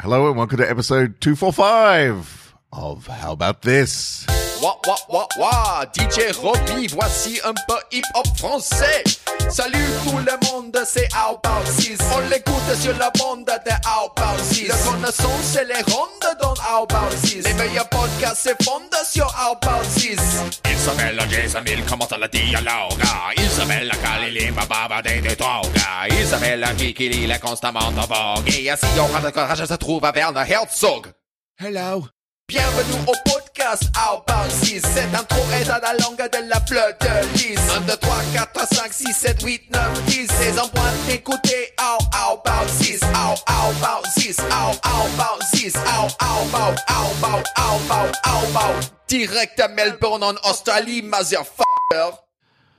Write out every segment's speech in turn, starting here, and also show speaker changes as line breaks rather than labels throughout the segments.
Hello and welcome to episode 245 of How About This?
Wah, wah, wah, wah, DJ Robbie, voici un peu hip-hop français. Salut tout le monde, c'est How About This. On l'écoute sur la bande de How About This. La connaissance et les rondes dans How About This. Les meilleurs podcasts se fondent sur How About This.
Isabel og Jason kommer til at dialoge Isabel og Kalle Limba Baba det det toga Isabel og Kiki Lille konstant og våge Jeg siger at det kanskje så tror jeg Werner Herzog Hello
Bienvenue au podcast How About This. Cette intro est à la langue de la fleur de lys. 1, 2, 3, 4, 5, 6, 7, 8, 9, 10. C'est en point d'écouter How How About This. How How About This. How How About This. How How About How About How About How About. Direct à Melbourne en Australie, motherfucker.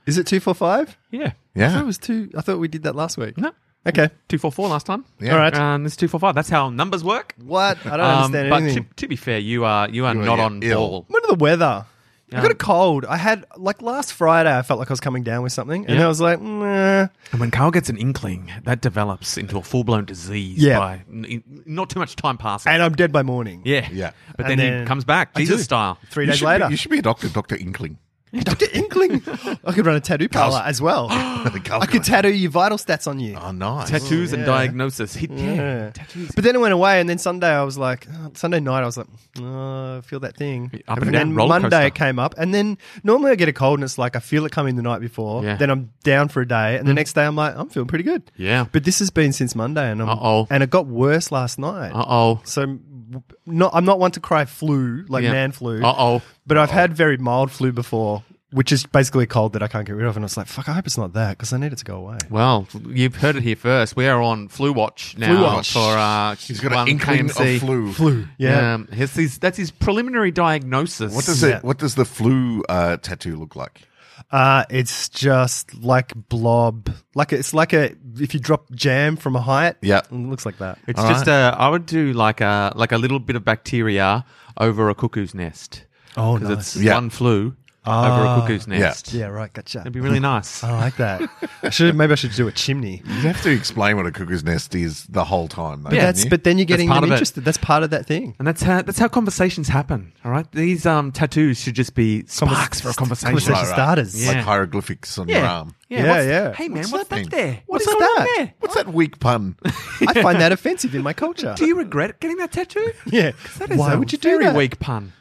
Is it two four five?
Yeah.
I thought
Yeah.
it was two. I thought we did that last week.
No.
Okay.
244 last time.
Yeah. All right.
And this is 245. That's how numbers work.
What? I don't
Um,
understand
but
anything.
to, to be fair, you are you are
You are
not on
ill.
ball.
What are the weather?
Yeah.
I got a cold. I had like last Friday. I felt like I was coming down with something, and
Yeah.
I was like, "Nah."
And when Carl gets an inkling, that develops into a full blown disease
Yeah.
by n- n- not too much time passing.
and I'm dead by morning.
yeah.
Yeah.
But then,
And
he
then-
comes back,
I do.
Jesus style.
Three
You
days
should
later,
Be, you should be a doctor, Dr. Inkling.
Doctor Inkling. I could run a tattoo parlor as well. I
I
could tattoo your vital stats on you.
Oh, nice.
Tattoos and diagnosis. He, yeah.
Yeah.
Tattoos.
But then it went away, and then Sunday I was like, oh, Sunday night I was like, oh, I feel that thing.
Up and down,
then
roller
Monday
coaster.
it came up, and then normally I get a cold, and it's like I feel it coming the night before.
Yeah. Mm.
Then I'm down for a day, and the next day I'm like, I'm feeling pretty good.
Yeah.
But this has been since Monday, and I'm,
Uh-oh.
and it got worse last night.
Uh oh.
So, m- not I'm not one to cry flu like
Yeah.
man flu.
Uh oh.
But I've had very mild flu before, which is basically a cold that I can't get rid of, and I was like, fuck, I hope it's not that because I need it to go away.
Well, you've heard it here first. We are on Flu Watch now
Flu Watch.
for uh,
He's got
one
an inkling
KMC.
of flu.
Flu, yeah.
Um, his, his, that's his preliminary diagnosis.
What does
Yeah.
it? What does the flu uh, tattoo look like?
Uh, it's just like blob, like it's like a if you drop jam from a height.
Yeah.
it looks like that.
It's just a. I would do like a like a little bit of bacteria over a cuckoo's nest.
Oh,
because
nice.
it's
Yeah.
one flu
Ah.
over a cuckoo's
Yeah.
nest.
yeah, Ah. right. Gotcha.
it'd be really nice.
I like that. I should maybe I should do a chimney.
You have to explain what a cuckoo's nest is the whole time. Though,
Yeah.
don't
That's
you?
but then you're
That's
getting
part
them
of it.
interested. That's part of that thing.
And that's how that's how conversations happen. All right, these um tattoos should just be sparks for a conversation.
Conversation
right.
starters.
like
Yeah.
hieroglyphics on your arm.
Yeah,
what's-
yeah.
Hey man,
What's
what's,
that
that,
thing?
there?
What
what's
is
going on
that?
there?
What's that weak pun?
I find that offensive in my culture.
Do you regret getting that tattoo?
Yeah.
That is
Why
a
would you do
very
that?
weak pun.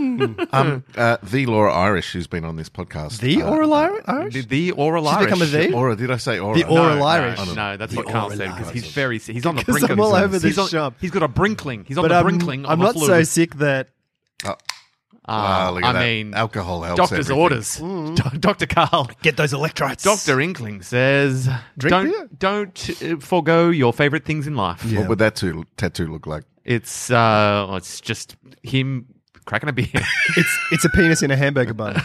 um, uh, the Laura Irish, who's been on this podcast,
The
uh,
oral Irish? Irish?
The, the oral
She's
Irish.
become a the?
Aura, did I say Aura?
The
No,
oral
no,
Irish.
No, that's
The
what Carl
oral
said because he's
Irish.
very sick. He's on the
'Cause
brink of
I'm all
himself.
over this
he's on,
shop.
He's got a brinkling. He's on
But
the
um,
brinkling.
I'm
of
not
the flu.
so sick that
Ah,
Ah, look at
I
that.
mean,
alcohol helps.
doctor's
everything. Mm.
orders. Do- Dr. Carl.
get those electrites.
Dr. Inkling says,
Drink beer.
don't, don't uh, forego your favorite things in life.
What would that to- tattoo look like?
It's, uh, it's just him cracking a beer.
It's it's a penis in a hamburger bun.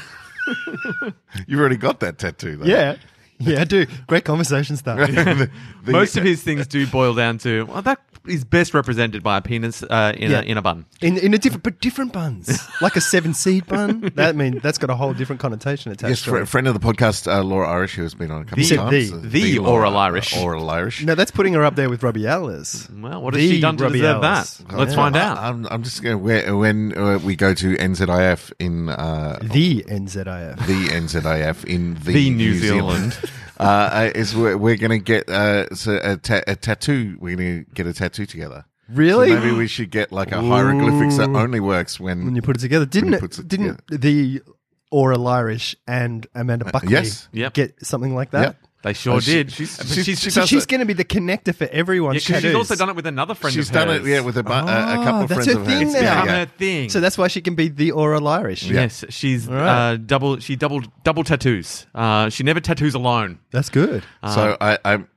You've already got that tattoo, though.
yeah. Yeah, I do. Great conversation stuff.
The- the-
Most of his things do boil down to, well, that is best represented by a penis uh, in,
Yeah.
a, in a bun.
In, in a different, but different buns, like a seven seed bun. That I mean that's got a whole different connotation attached
Yes,
to
fr-
it.
friend of the podcast, uh, Laura Irish, who has been on a couple
The-
of times. Uh,
the-
the
Laura-
oral Irish.
uh, Oral Irish.
No, that's putting her up there with Robbie Ellis.
Well, what has she done to deserve that? Let's
Yeah.
find
I-
out.
I'm, I'm just going to, when uh, we go to NZIF in uh,
The NZIF.
the NZIF in the,
The New Zealand.
uh, uh, is we're, we're going to get uh, so a, ta- a tattoo. We're going to get a tattoo together.
Really?
So maybe we should get like a hieroglyphics that only works when,
when you put it together, didn't
he
it,
puts it
didn't the Oral Irish and Amanda Buckley
yes.
Uh, Yep.
get something like that?
Yep.
They sure
Oh, she-
did.
she's-
But
she- she
So
does
she's
it.
going to be the connector for everyone.
Yeah, 'cause she's also done it with another friend
She's
of
done
hers.
it, yeah, with a, bu- a, a couple of
Ah, that's
friends
her
of
thing
hers.
now.
Yeah,
become
yeah.
her thing.
So that's why she can be the Oral Irish.
Yes, she's
right.
uh, double. She double double tattoos. Uh, she never tattoos alone.
That's good.
Uh,
So
Ah.
I, I'm.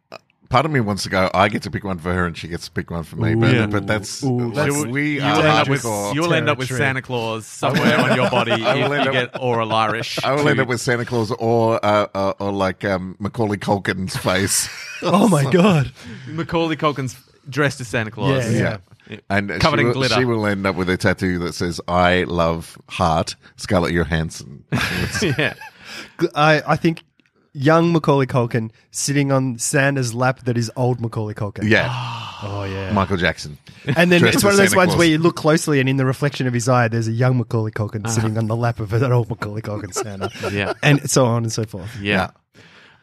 Part of me wants to go. I get to pick one for her, and she gets to pick one for me. but,
Yeah.
but that's,
Ooh, that's-
like, we
you
are
will end up with
hardcore.
you will end up with
territory.
Santa Claus somewhere on your body
I will
if
end
you
up-
get oral Irish.
I will end
to-
up with Santa Claus or uh, uh, or like um, Macaulay Culkin's face,
oh my god.
Macaulay Culkin's dressed as Santa Claus.
Yeah, yeah.
and
Covered
she
in
will,
glitter.
She will end up with a tattoo that says "I love heart Scarlett Johansson."
yeah.
I, I think young Macaulay Culkin sitting on Santa's lap that is old Macaulay Culkin.
yeah,
Oh yeah.
Michael Jackson.
and then
dressed
it's one of
as
those
Santa
ones
Claus.
where you look closely, and in the reflection of his eye, there's a young Macaulay Culkin
Uh-huh.
sitting on the lap of an old Macaulay Culkin Santa.
Yeah.
and so on and so forth.
Yeah.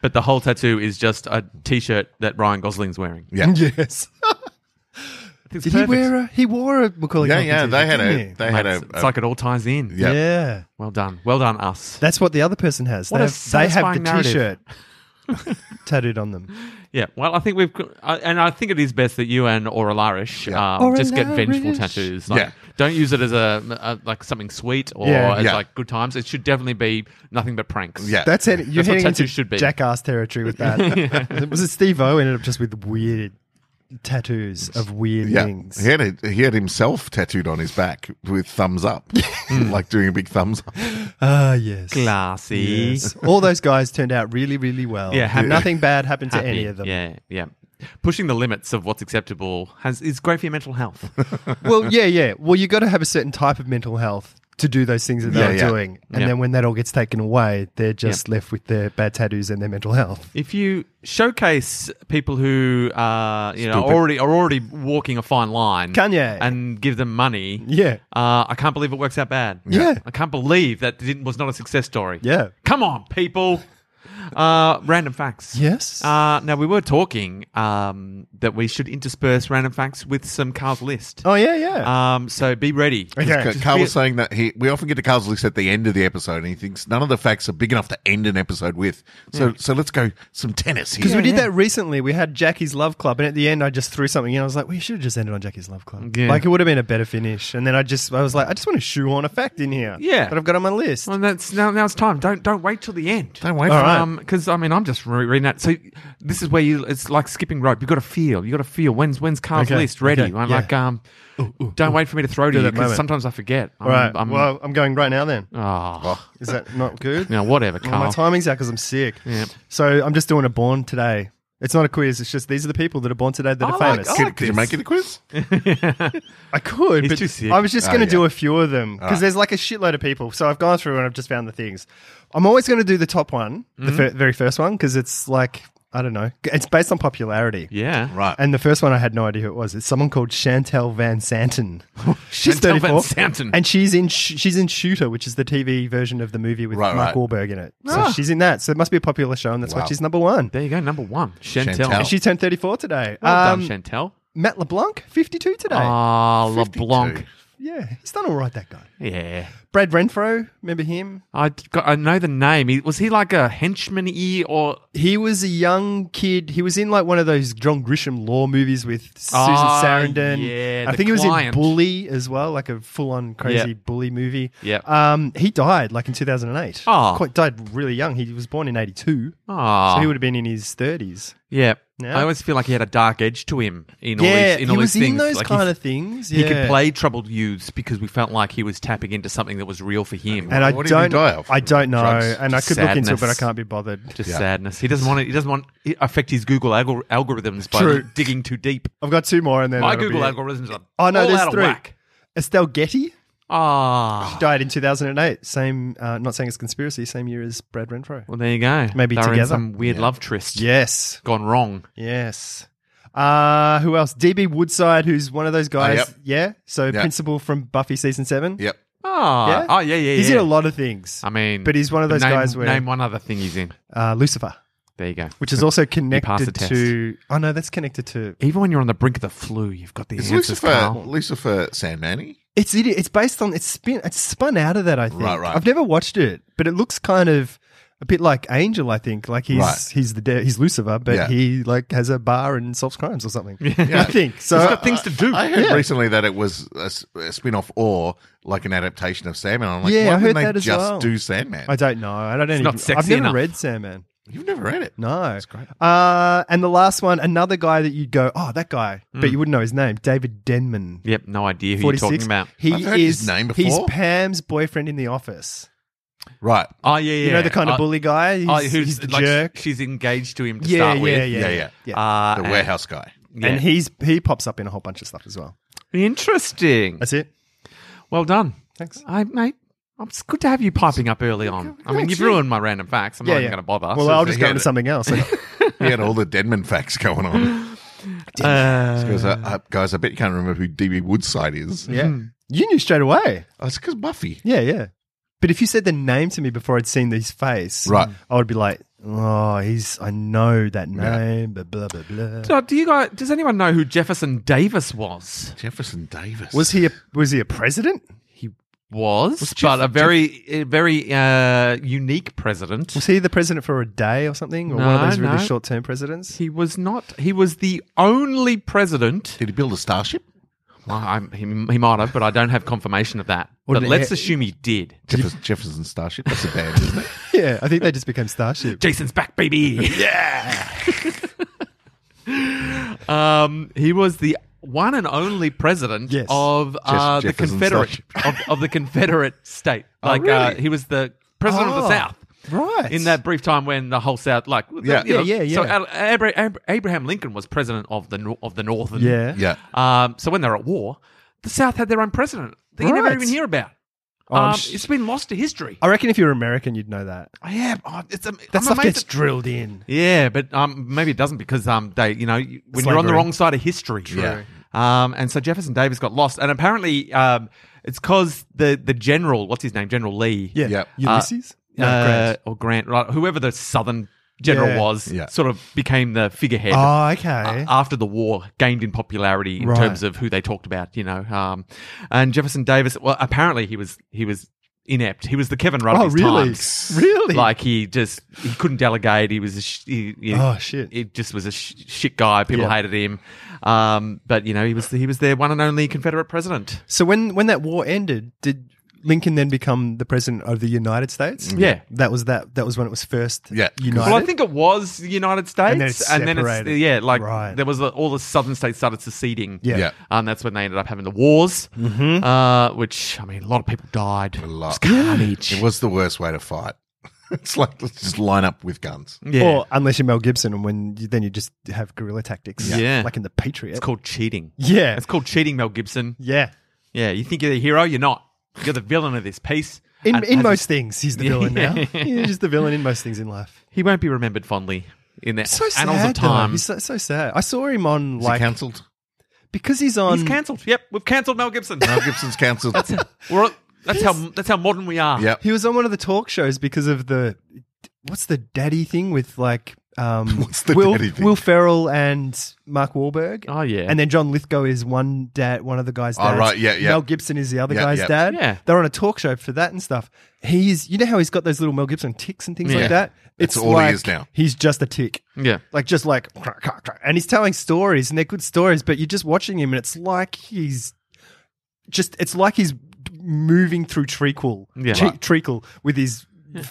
But the whole tattoo is just a t-shirt that Ryan Gosling's wearing.
Yeah.
Yes.
I think it's
Did
perfect.
he wear a? He wore a Macaulay.
Yeah,
Culkin
yeah.
t-shirt,
They had
didn't he?
a. They had
Mate,
a.
it's- it's like it all ties in.
Yeah.
Yeah.
Well done. Well done, us.
That's what the other person has.
What
they,
a
have, they have the
satisfying narrative.
T-shirt tattooed on them.
Yeah. Well, I think we've, I- and I think it is best that you and Oralarish
Yeah.
um, just get vengeful
Oralarish.
tattoos. Like,
Yeah.
Don't use it as a, a like something sweet or
Yeah.
as
Yeah.
like good times. It should definitely be nothing but pranks.
yeah.
That's it. You're
That's what
heading into
tattoos should be.
jackass territory with that. Was it Steve O ended up just with weird tattoos of weird
Yeah,
things?
he had a, he had himself tattooed on his back with thumbs up,
Hmm.
like doing a big thumbs up.
Ah, yes.
Classy.
Yes. All those guys turned out really, really well.
Yeah, happy.
Nothing bad happened to
Happy.
any of them.
Yeah. Yeah. Pushing the limits of what's acceptable has is great for your mental health.
Well, yeah, yeah. Well, you got to have a certain type of mental health to do those things that
Yeah,
they're
yeah.
doing. And
Yeah.
then when that all gets taken away, they're just
Yeah.
left with their bad tattoos and their mental health.
if you showcase people who uh, you know
Stupid.
already are already walking a fine line,
Kanye.
and give them money,
Yeah.
uh, I can't believe it works out bad.
Yeah.
I can't believe that didn't, was not a success story.
Yeah.
Come on, people. Uh, random facts.
Yes.
Uh, now, we were talking um, that we should intersperse random facts with some Carl's list.
oh, yeah, yeah.
Um, so be ready.
okay.
Carl
be-
was saying that he we often get to Carl's list at the end of the episode, and he thinks none of the facts are big enough to end an episode with. So so let's go some tennis
Because
here.
Hmm. we did that recently. We had Jackie's Love Club, and at the end, I just threw something in. I was like, we should have just ended on Jackie's Love Club.
Yeah.
Like, it would have been a better finish. And then I just, I was like, I just want to shoehorn a fact in here.
Yeah.
That I've got on my list.
Well, that's now. Now it's time. Don't don't wait till the end.
Don't wait. for
All right.
because I mean, I'm just re- reading that. So this is where you. It's like skipping rope. You got to feel. You got to feel. When's when's Carl's
Okay,
list ready?
okay,
I'm
yeah.
like, um, don't wait for me to throw to
Do
you
that
because
moment.
sometimes I forget. I'm,
All right.
I'm,
well, I'm going right now then.
oh,
Is that not good?
now whatever,
Well,
Carl.
my timing's out because I'm sick. So I'm just doing a born today. It's not a quiz. It's just these are the people that are born today that
I
are
like-
famous.
I
Could,
like
could you
this.
make it a quiz?
I could,
He's
but
too sick. Ah,
I was just
Oh,
going to do
yeah.
a few of them because
Alright.
there's like a shitload of people. So I've gone through and I've just found the things. I'm always going to do the top one, the
Mm-hmm.
fir- very first one, because it's like I don't know. It's based on popularity.
yeah,
Right.
And the first one I had no idea who it was. It's someone called Chantel Van Santen. she's
Chantel Van
34,
Santen.
and she's in Sh- she's in Shooter, which is the TV version of the movie with
Right,
Mark
right.
Wahlberg in it. So
Ah.
she's in that. So it must be a popular show, and that's
Wow.
why she's number one.
there you go. Number one, Chantel.
Chantel.
And she turned 34 today.
Well
Um,
done, Chantel.
Matt LeBlanc, 52 today.
Ah, LeBlanc.
52.
yeah, he's done all right, that guy.
Yeah,
Brad Renfro, remember him?
I d- got, I know the name. He, was he like a henchman e or
He was a young kid. He was in like one of those John Grisham law movies with Susan
Ah,
Sarandon.
yeah,
I
The
think he was in
Client.
Bully as well, like a full-on crazy
Yep.
Bully movie.
Yep.
Um, he died like in 2008.
Ah.
Quite died really young. He was born in 82.
ah?
So he would have been in his 30s.
yeah.
Yeah.
I always feel like he had a dark edge to him in all
yeah,
these in all
he was
these things.
in those
Like, he's-
kind of things.
He could
yeah.
play troubled youths because we felt like he was tapping into something that was real for him.
And I
What did he
don't,
die of?
I don't know,
Drugs?
and I
Just
could look into it, but I
sadness.
can't be bothered.
just
Yeah.
sadness. He doesn't want it. He doesn't want it affect his Google algor- algorithms by
True.
digging too deep.
I've got two more, and then
My
that'll
Google
be it.
algorithms are
Oh no,
all
there's
out
three.
of whack.
Estelle Getty
Ah,
died in 2008. Same, uh, not saying it's conspiracy. Same year as Brad Renfro.
well there you go.
Maybe
They're in
together.
some weird love tryst
Yes,
gone wrong.
yes. Uh, who else? DB Woodside, who's one of
Oh,
those guys.
yep.
Yeah, so
Yep.
principal from Buffy season seven.
Yep.
Ah,
Yeah?
oh yeah, yeah.
He's
yeah.
in a lot of things.
I mean,
but he's one of those
name-
guys where
name one other thing he's in.
uh, Lucifer,
There you go.
which is also
passed the
connected
test.
to. Oh no, that's connected to.
Even when you're on the brink of the flu, you've got the
Is
answers.
Lucifer
Carl.
Lucifer Sandman?
It's it, it's based on it's spin it's spun out of that. I think.
Right, right.
I've never watched it, but it looks kind of. A bit like Angel, I think. Like he's
Right.
he's the de- he's Lucifer, but
Yeah.
he like has a bar and solves crimes or something. I think so.
He's got things to do.
Uh, I heard
Yeah.
recently that it was a, s- a spin-off or like an adaptation of Sandman. I'm like,
Yeah,
why
I
didn't
heard
they
that as
just
well.
do Sandman?
I don't know. I don't. It's even,
not
I've
sexy
never
enough.
read Sandman.
You've never read it.
No,
It's great.
Uh, and the last one, another guy that you'd go, oh, that guy, but you wouldn't know his name, David Denman.
Yep, no idea Mm. who you're
46.
talking about.
He
I've heard
is
his name
He's
before.
Pam's boyfriend in the office.
Right.
Oh yeah, yeah.
You know the kind of
Uh,
bully guy. He's,
Oh, who's
he's the
like,
jerk.
She's engaged to him to
yeah,
start
yeah,
with.
yeah,
Yeah,
yeah,
yeah.
Uh,
The
and-
warehouse guy.
yeah.
And he's he pops up in a whole bunch of stuff as well.
Interesting.
That's it.
Well done.
Thanks.
I mate. It's good to have you piping up early on. I mean, you've ruined my random facts. I'm
Yeah,
not even
yeah.
going to bother.
Well,
So-
I'll just
he
go
had
into
it.
something else.
He had all the Denman facts going on. She goes, uh, uh, guys, I bet you can't remember who DB Woodside is.
Yeah. You knew straight away.
Oh, it's because Buffy.
Yeah, yeah. But if you said the name to me before I'd seen his face,
Right.
I would be like, oh, he's, I know that name, blah, blah, blah, blah.
So do you guys? Does anyone know who Jefferson Davis was?
Jefferson Davis.
Was he a, was he a president?
He was, but a very, a very uh, unique president.
Was he the president for a day or something? Or one of
No,
those really
no.
short term presidents?
He was not. He was the only president.
Did he build a starship?
Well, I'm, he, he might have, but I don't have confirmation of that.
Or
But
did-
let's assume he did.
Jefferson, Jefferson Starship. That's a band, isn't it?
Yeah, I think they just became Starship.
Jason's back, baby. yeah. um, he was the one and only president
Yes.
of uh, the
Jefferson's
Confederate of, of the Confederate state. Like uh, he was the president of
Oh,
the South.
right.
In that brief time when the whole South, like
Yeah.
you know,
Yeah, yeah,
So
yeah.
Al- Abra- Ab- Abraham Lincoln was president of the nor- of the Northern.
Yeah.
Yeah.
Um, so when they were at war, the South had their own president that you never
Right.
even hear about.
Oh, I'm
Um,
sh-
it's been lost to history.
I reckon if you're American, you'd know that.
yeah, oh, it's am-
That
I'm
stuff
amazed
gets
that-
drilled in.
yeah, but um, maybe it doesn't because um, they, you know, you- when you're on the
Slavery.
wrong side of history.
Yeah.
Um, and so Jefferson Davis got lost, and apparently um, it's because the the general, what's his name, General Lee,
Yeah.
Yep.
Ulysses?
uh,
No, Grant.
or Grant, right, whoever the Southern general
Yeah.
was,
Yeah.
sort of became the figurehead.
Oh, okay.
a- After the war, gained in popularity in
Right.
terms of who they talked about, you know. Um, and Jefferson Davis, well, apparently he was he was inept. He was the Kevin Rudd. of
oh,
his
really?
time.
Really?
Like he just he couldn't delegate. He was a sh- he, he-
Oh, shit.
He just was a sh- shit guy. People
Yeah.
hated him. Um, but you know he was he was their one and only Confederate president.
So when when that war ended, did Lincoln then become the president of the United States?
Yeah.
that was that. That was when it was first.
Yeah.
united.
Well, I think it was the United States,
And then it's separated.
yeah, like
Right.
there was a, all the southern states started seceding.
Yeah.
Yeah.
and that's when they ended up having the wars, mm-hmm. uh, which I mean, a lot of people died. A
lot.
It was carnage.
It was the worst way to fight. It's like let's just line up with guns.
yeah,
Or unless you're Mel Gibson, and when you, then you just have guerrilla tactics.
Yeah.
like in the Patriot.
it's called cheating.
Yeah,
It's called cheating, Mel Gibson.
yeah.
Yeah, you think you're the hero, you're not. You're the villain of this piece.
In
And
in
as-
most things, he's the
Yeah.
villain now. He's just the villain in most things in life.
He won't be remembered fondly in the
So sad.
annals of
though.
time.
He's
He's,
so, so sad. I saw him on
Is he
like
cancelled?
because he's on.
cancelled. Yep, we've cancelled Mel Gibson.
Mel Gibson's cancelled.
We're all- that's how that's how modern we are.
yep.
he was on one of the talk shows because of the what's the daddy thing with like um
What's the
Will,
daddy thing?
Will Ferrell and Mark Wahlberg.
Oh, yeah.
and then John Lithgow is one dad, one of the guys.
Oh,
Dads.
right, yeah, yeah.
Mel Gibson is the other
Yeah,
guy's
yeah.
dad.
Yeah.
they're on a talk show for that and stuff. He's you know how he's got those little Mel Gibson ticks and things
Yeah.
like that.
That's all he is now.
He's just a tick.
Yeah.
Like just like and he's telling stories and they're good stories, but you're just watching him and it's like he's just it's like he's moving through treacle,
Yeah.
tre-
Right.
treacle with his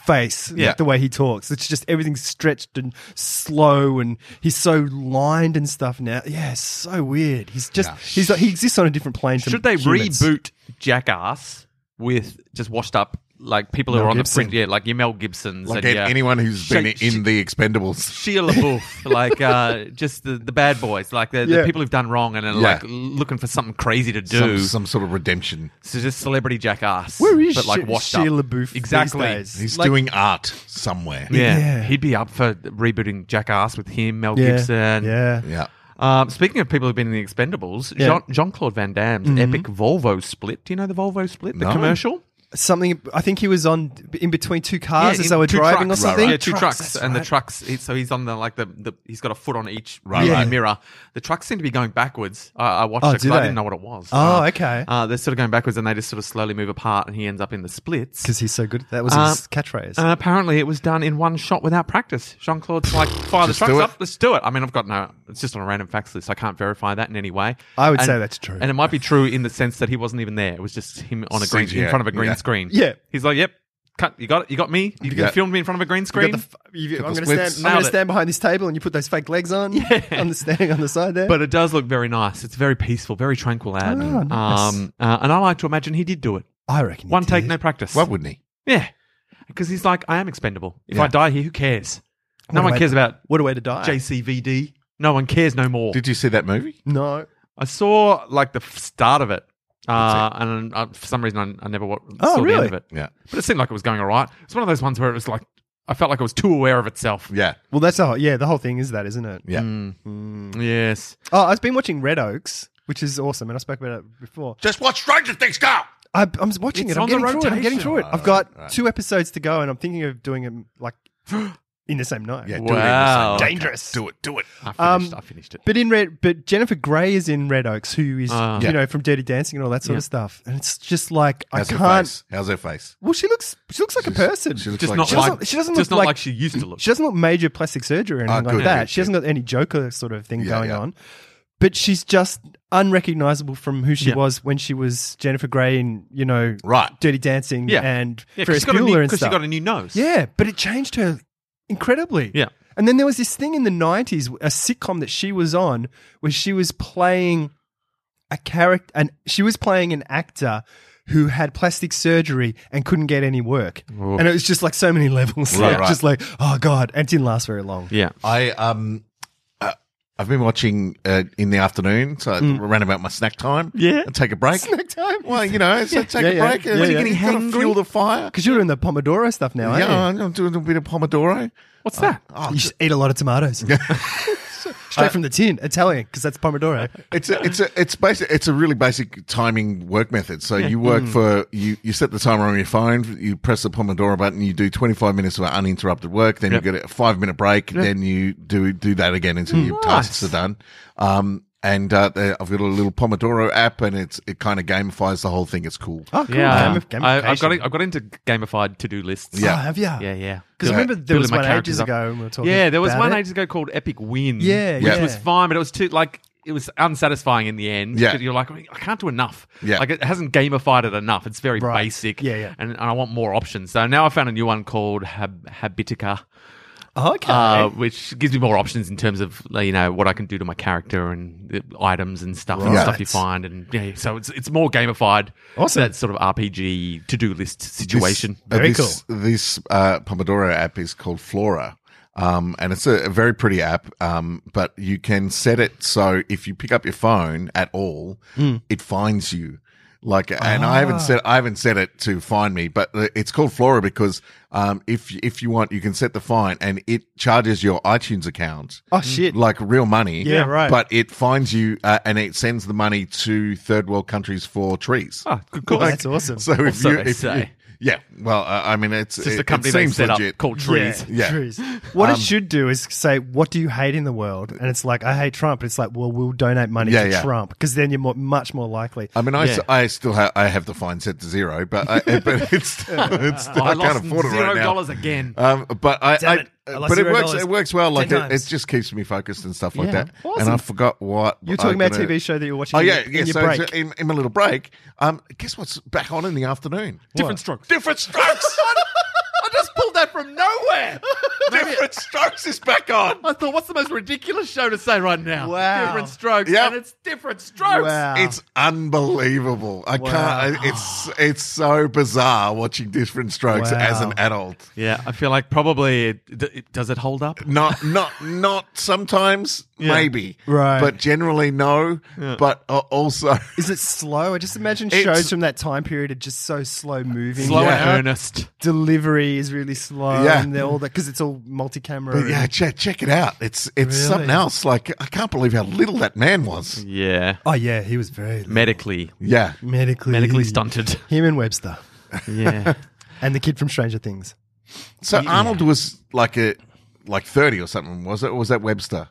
face,
Yeah.
like the way he talks. It's just everything's stretched and slow, and he's so lined and stuff now. Yeah, it's so weird. He's just
Yeah.
he's like, he exists on a different plane. to
Should they
humans.
reboot Jackass with just washed up like people who
Mel
are on
Gibson.
the print? Yeah, like your Mel Gibsons
Like
and your
anyone who's been
Shake-
in the Expendables.
Sheila LaBeouf, like uh, just the, the bad boys, like the,
Yeah.
the people who've done wrong and are
Yeah.
like looking for something crazy to do.
Some, some sort of redemption.
so just celebrity Jackass,
Where is
but like
Sh-
washed
Shia
up.
LaBeouf these
exactly.
days?
He's
Like-
doing art somewhere.
Yeah.
Yeah.
he'd be up for rebooting Jackass with him, Mel
Yeah,
Gibson.
yeah.
Yeah.
Um, speaking of people who've been in the Expendables,
Yeah. Mm-hmm.
Jean Jean Claude Van Damme's epic Volvo split. Do you know the Volvo split? The
No.
commercial.
Something I think he was on in between two cars as
Yeah, in
they were
two
driving
trucks.
or something.
Yeah, two trucks,
that's
and
right.
the trucks. He, so he's on the like the, the he's got a foot on each
Right,
rear
right.
mirror. The trucks seem to be going backwards. I, I watched
Oh,
it
do
because I
they?
didn't know what it was.
Oh,
Uh,
okay.
Uh, they're sort of going backwards, and they just sort of slowly move apart, and he ends up in the splits.
because he's so good. That was
Uh,
his catchphrase.
And apparently, it was done in one shot without practice. Jean Claude's like, "Fire the
Just
trucks
do it.
up, let's do it." I mean, I've got no. It's just on a random facts list. I can't verify that in any way.
I would
And-
say that's true.
and it might be true in the sense that he wasn't even there. It was just him on a green in
CGI,
front of a green
yeah.
screen.
Yeah.
he's like, "Yep, cut. You got it. You got me. You
Yeah.
filmed me in front of a green
You
screen."
got the f- you- I'm
Got the
going to
splits.
stand. I'm going
Nailed
to
it.
stand behind this table, and you put those fake legs on. on the standing on the side there.
but it does look very nice. It's very peaceful, very tranquil ad.
Oh, nice.
um, uh, and I like to imagine he did do it.
I reckon he
One take,
did.
no practice.
Why wouldn't he?
yeah, because he's like, I am expendable. If
Yeah.
I die here, who cares? No
What
one
about-
cares about
What a way to die.
JCVD. No one cares no more.
Did you see that movie?
No.
I saw like the f- start of it, uh,
That's
and uh, for some reason I, I never wa-
Oh,
saw the
really?
end of it.
Yeah.
But it seemed like it was going all right. It's one of those ones where it was like I felt like it was too aware of itself. Mm.
Yeah.
Well, that's the whole, yeah, the whole thing is that, isn't it?
Yeah.
Yes.
Oh, I've been watching Red Oaks, which is awesome, and I spoke about it before.
Just watch Stranger Things go.
I, I'm watching it.
It's
I'm getting
on the
through it. I'm getting
rotation.
through it. I've got two episodes to go, and I'm thinking of doing them like in the same night.
Yeah. Do it
Wow.
in the same
Dangerous.
Do it. Do it.
I finished,
Um,
I finished it.
But in red, but Jennifer Grey is in Red Oaks, who is
Ah.
you
Yeah.
know from Dirty Dancing and all that sort of stuff, and it's just like
How's
I
her
can't.
face? How's her face?
Well, she looks she looks like a person.
She looks
Just
like
not
she
like
doesn't- she doesn't
just
look
not
like-
like, Ah, she used to look.
She doesn't look major plastic surgery or anything like
good,
that.
good,
she hasn't got any Joker sort of thing
Yeah,
going
yeah.
on, but she's just unrecognizable from who she
Yeah.
was when she was Jennifer Grey in you know
Right.
Dirty Dancing
Yeah.
and
yeah, 'cause
Ferris
she got a
Bueller
new-
and
'cause she
stuff.
got a new nose.
yeah, but it changed her incredibly.
Yeah.
And then there was this thing in the 90s, a sitcom that she was on where she was playing a character and she was playing an actor who had plastic surgery and couldn't get any work.
Oof.
And it was just like so many levels.
Right,
Like,
right.
Just like, oh God. And it didn't last very long.
Yeah.
I um, uh, I've been watching uh, in the afternoon, so
Mm.
I ran about my snack time.
Yeah.
and take a break.
Snack time.
Well, you know, so take
Yeah,
a
yeah.
break.
Yeah,
and
yeah.
you
Getting
gotta fuel the fire.
Because you're in the Pomodoro stuff now, aren't
Yeah,
you?
I'm doing a bit of Pomodoro.
What's that?
Oh,
You just eat a lot of tomatoes. Straight from the tin, Italian, because that's Pomodoro.
It's a, it's a, it's basic. It's a really basic timing work method. So you work for you. You set the timer on your phone. You press the Pomodoro button. You do twenty five minutes of uninterrupted work. Then you get a five minute break. Then you do do that again until your tasks are done. Um, and uh, there- I've got a little Pomodoro app, and it's it kind of gamifies the whole thing. It's cool.
Oh, cool.
Yeah. um,
Game of,
I, I've got
gamification.
I've got into gamified to do lists.
Yeah.
Oh, have you?
Yeah, yeah.
Because I
Yeah.
remember there was
Building
one
my
ages
characters up.
ago. When we were talking
Yeah, there was
about
one
it.
ages ago called Epic Win.
Yeah,
which
yeah.
was fine, but it was too like it was unsatisfying in the end.
Yeah.
'cause you're like, I can't do enough.
Yeah.
like it hasn't gamified it enough. It's very
Right.
basic.
Yeah, yeah.
And, and I want more options. So now I found a new one called Hab- Habitica,
Oh, Okay.
uh, which gives me more options in terms of like, you know what I can do to my character and the items and stuff and
Right.
stuff you find and yeah. So it's it's more gamified.
Awesome.
That sort of RPG to do list situation.
This, uh,
Very
this,
cool.
This uh, Pomodoro app is called Flora. Um, and it's a, a very pretty app, um, but you can set it so if you pick up your phone at all,
Hmm.
it finds you. Like, and I
Ah.
haven't set I haven't set it to find me, but uh, it's called Flora because um, if if you want, you can set the fine, and it charges your iTunes account
oh shit.
like real money.
Yeah, right.
But it finds you uh, and it sends the money to third world countries for trees.
Ah, good
Oh,
call.
that's awesome.
So if
so
you,
they
if you-
say.
yeah, well, uh, I mean, it's,
It's just
it,
a company
it
they
seems
set
legit.
up called Trees.
Yeah. Um,
Trees. What it should do is say, "What do you hate in the world?" And it's like, "I hate Trump." It's like, "Well, we'll donate money
Yeah,
to
yeah. Um,
Trump," because then you're more, much more likely.
I mean, I, s-
Yeah.
I still ha- I have the fine set to zero, but I, but it's still, it's still I,
I
can't
lost
afford it
zero
right now.
dollars again.
Um, but I,
Damn it.
I,
I lost
but it
zero
works.
dollars
It works well. Like
ten
it, it
times.
just keeps me focused and stuff like
Yeah.
that.
Awesome.
And I forgot what
You're talking
I
about
gotta-
TV show that you're watching.
Oh
in
yeah,
your- in
yeah.
your
so
break.
it's in, in my little break, um, guess what's back on in the afternoon?
Different strokes.
Different strokes.
I just pulled that from nowhere.
Different strokes is back on.
I thought, what's the most ridiculous show to say right now?
Wow.
Different strokes.
Yeah.
And it's different strokes.
Wow.
It's unbelievable. I can't. I- It's it's so bizarre watching different strokes
Wow.
as an adult.
Yeah, I feel like probably it, it- does it hold up?
Not not not sometimes maybe
Right.
but generally no. But uh, also
Is it slow? I just imagine
It's-
shows from that time period are just so slow moving.
Slow
Yeah.
and earnest.
Delivery is really slow.
Yeah.
And they're all that because it's all multi-camera.
but yeah,
and-
check check it out. It's it's
Really?
something else. Like I can't believe how little that man was.
Yeah.
Oh yeah, he was very
Medically.
Yeah.
medically
Medically stunted.
Him and Webster
Yeah.
and the kid from Stranger Things.
So Arnold was like a like thirty or something. Was it? Or was that Webster?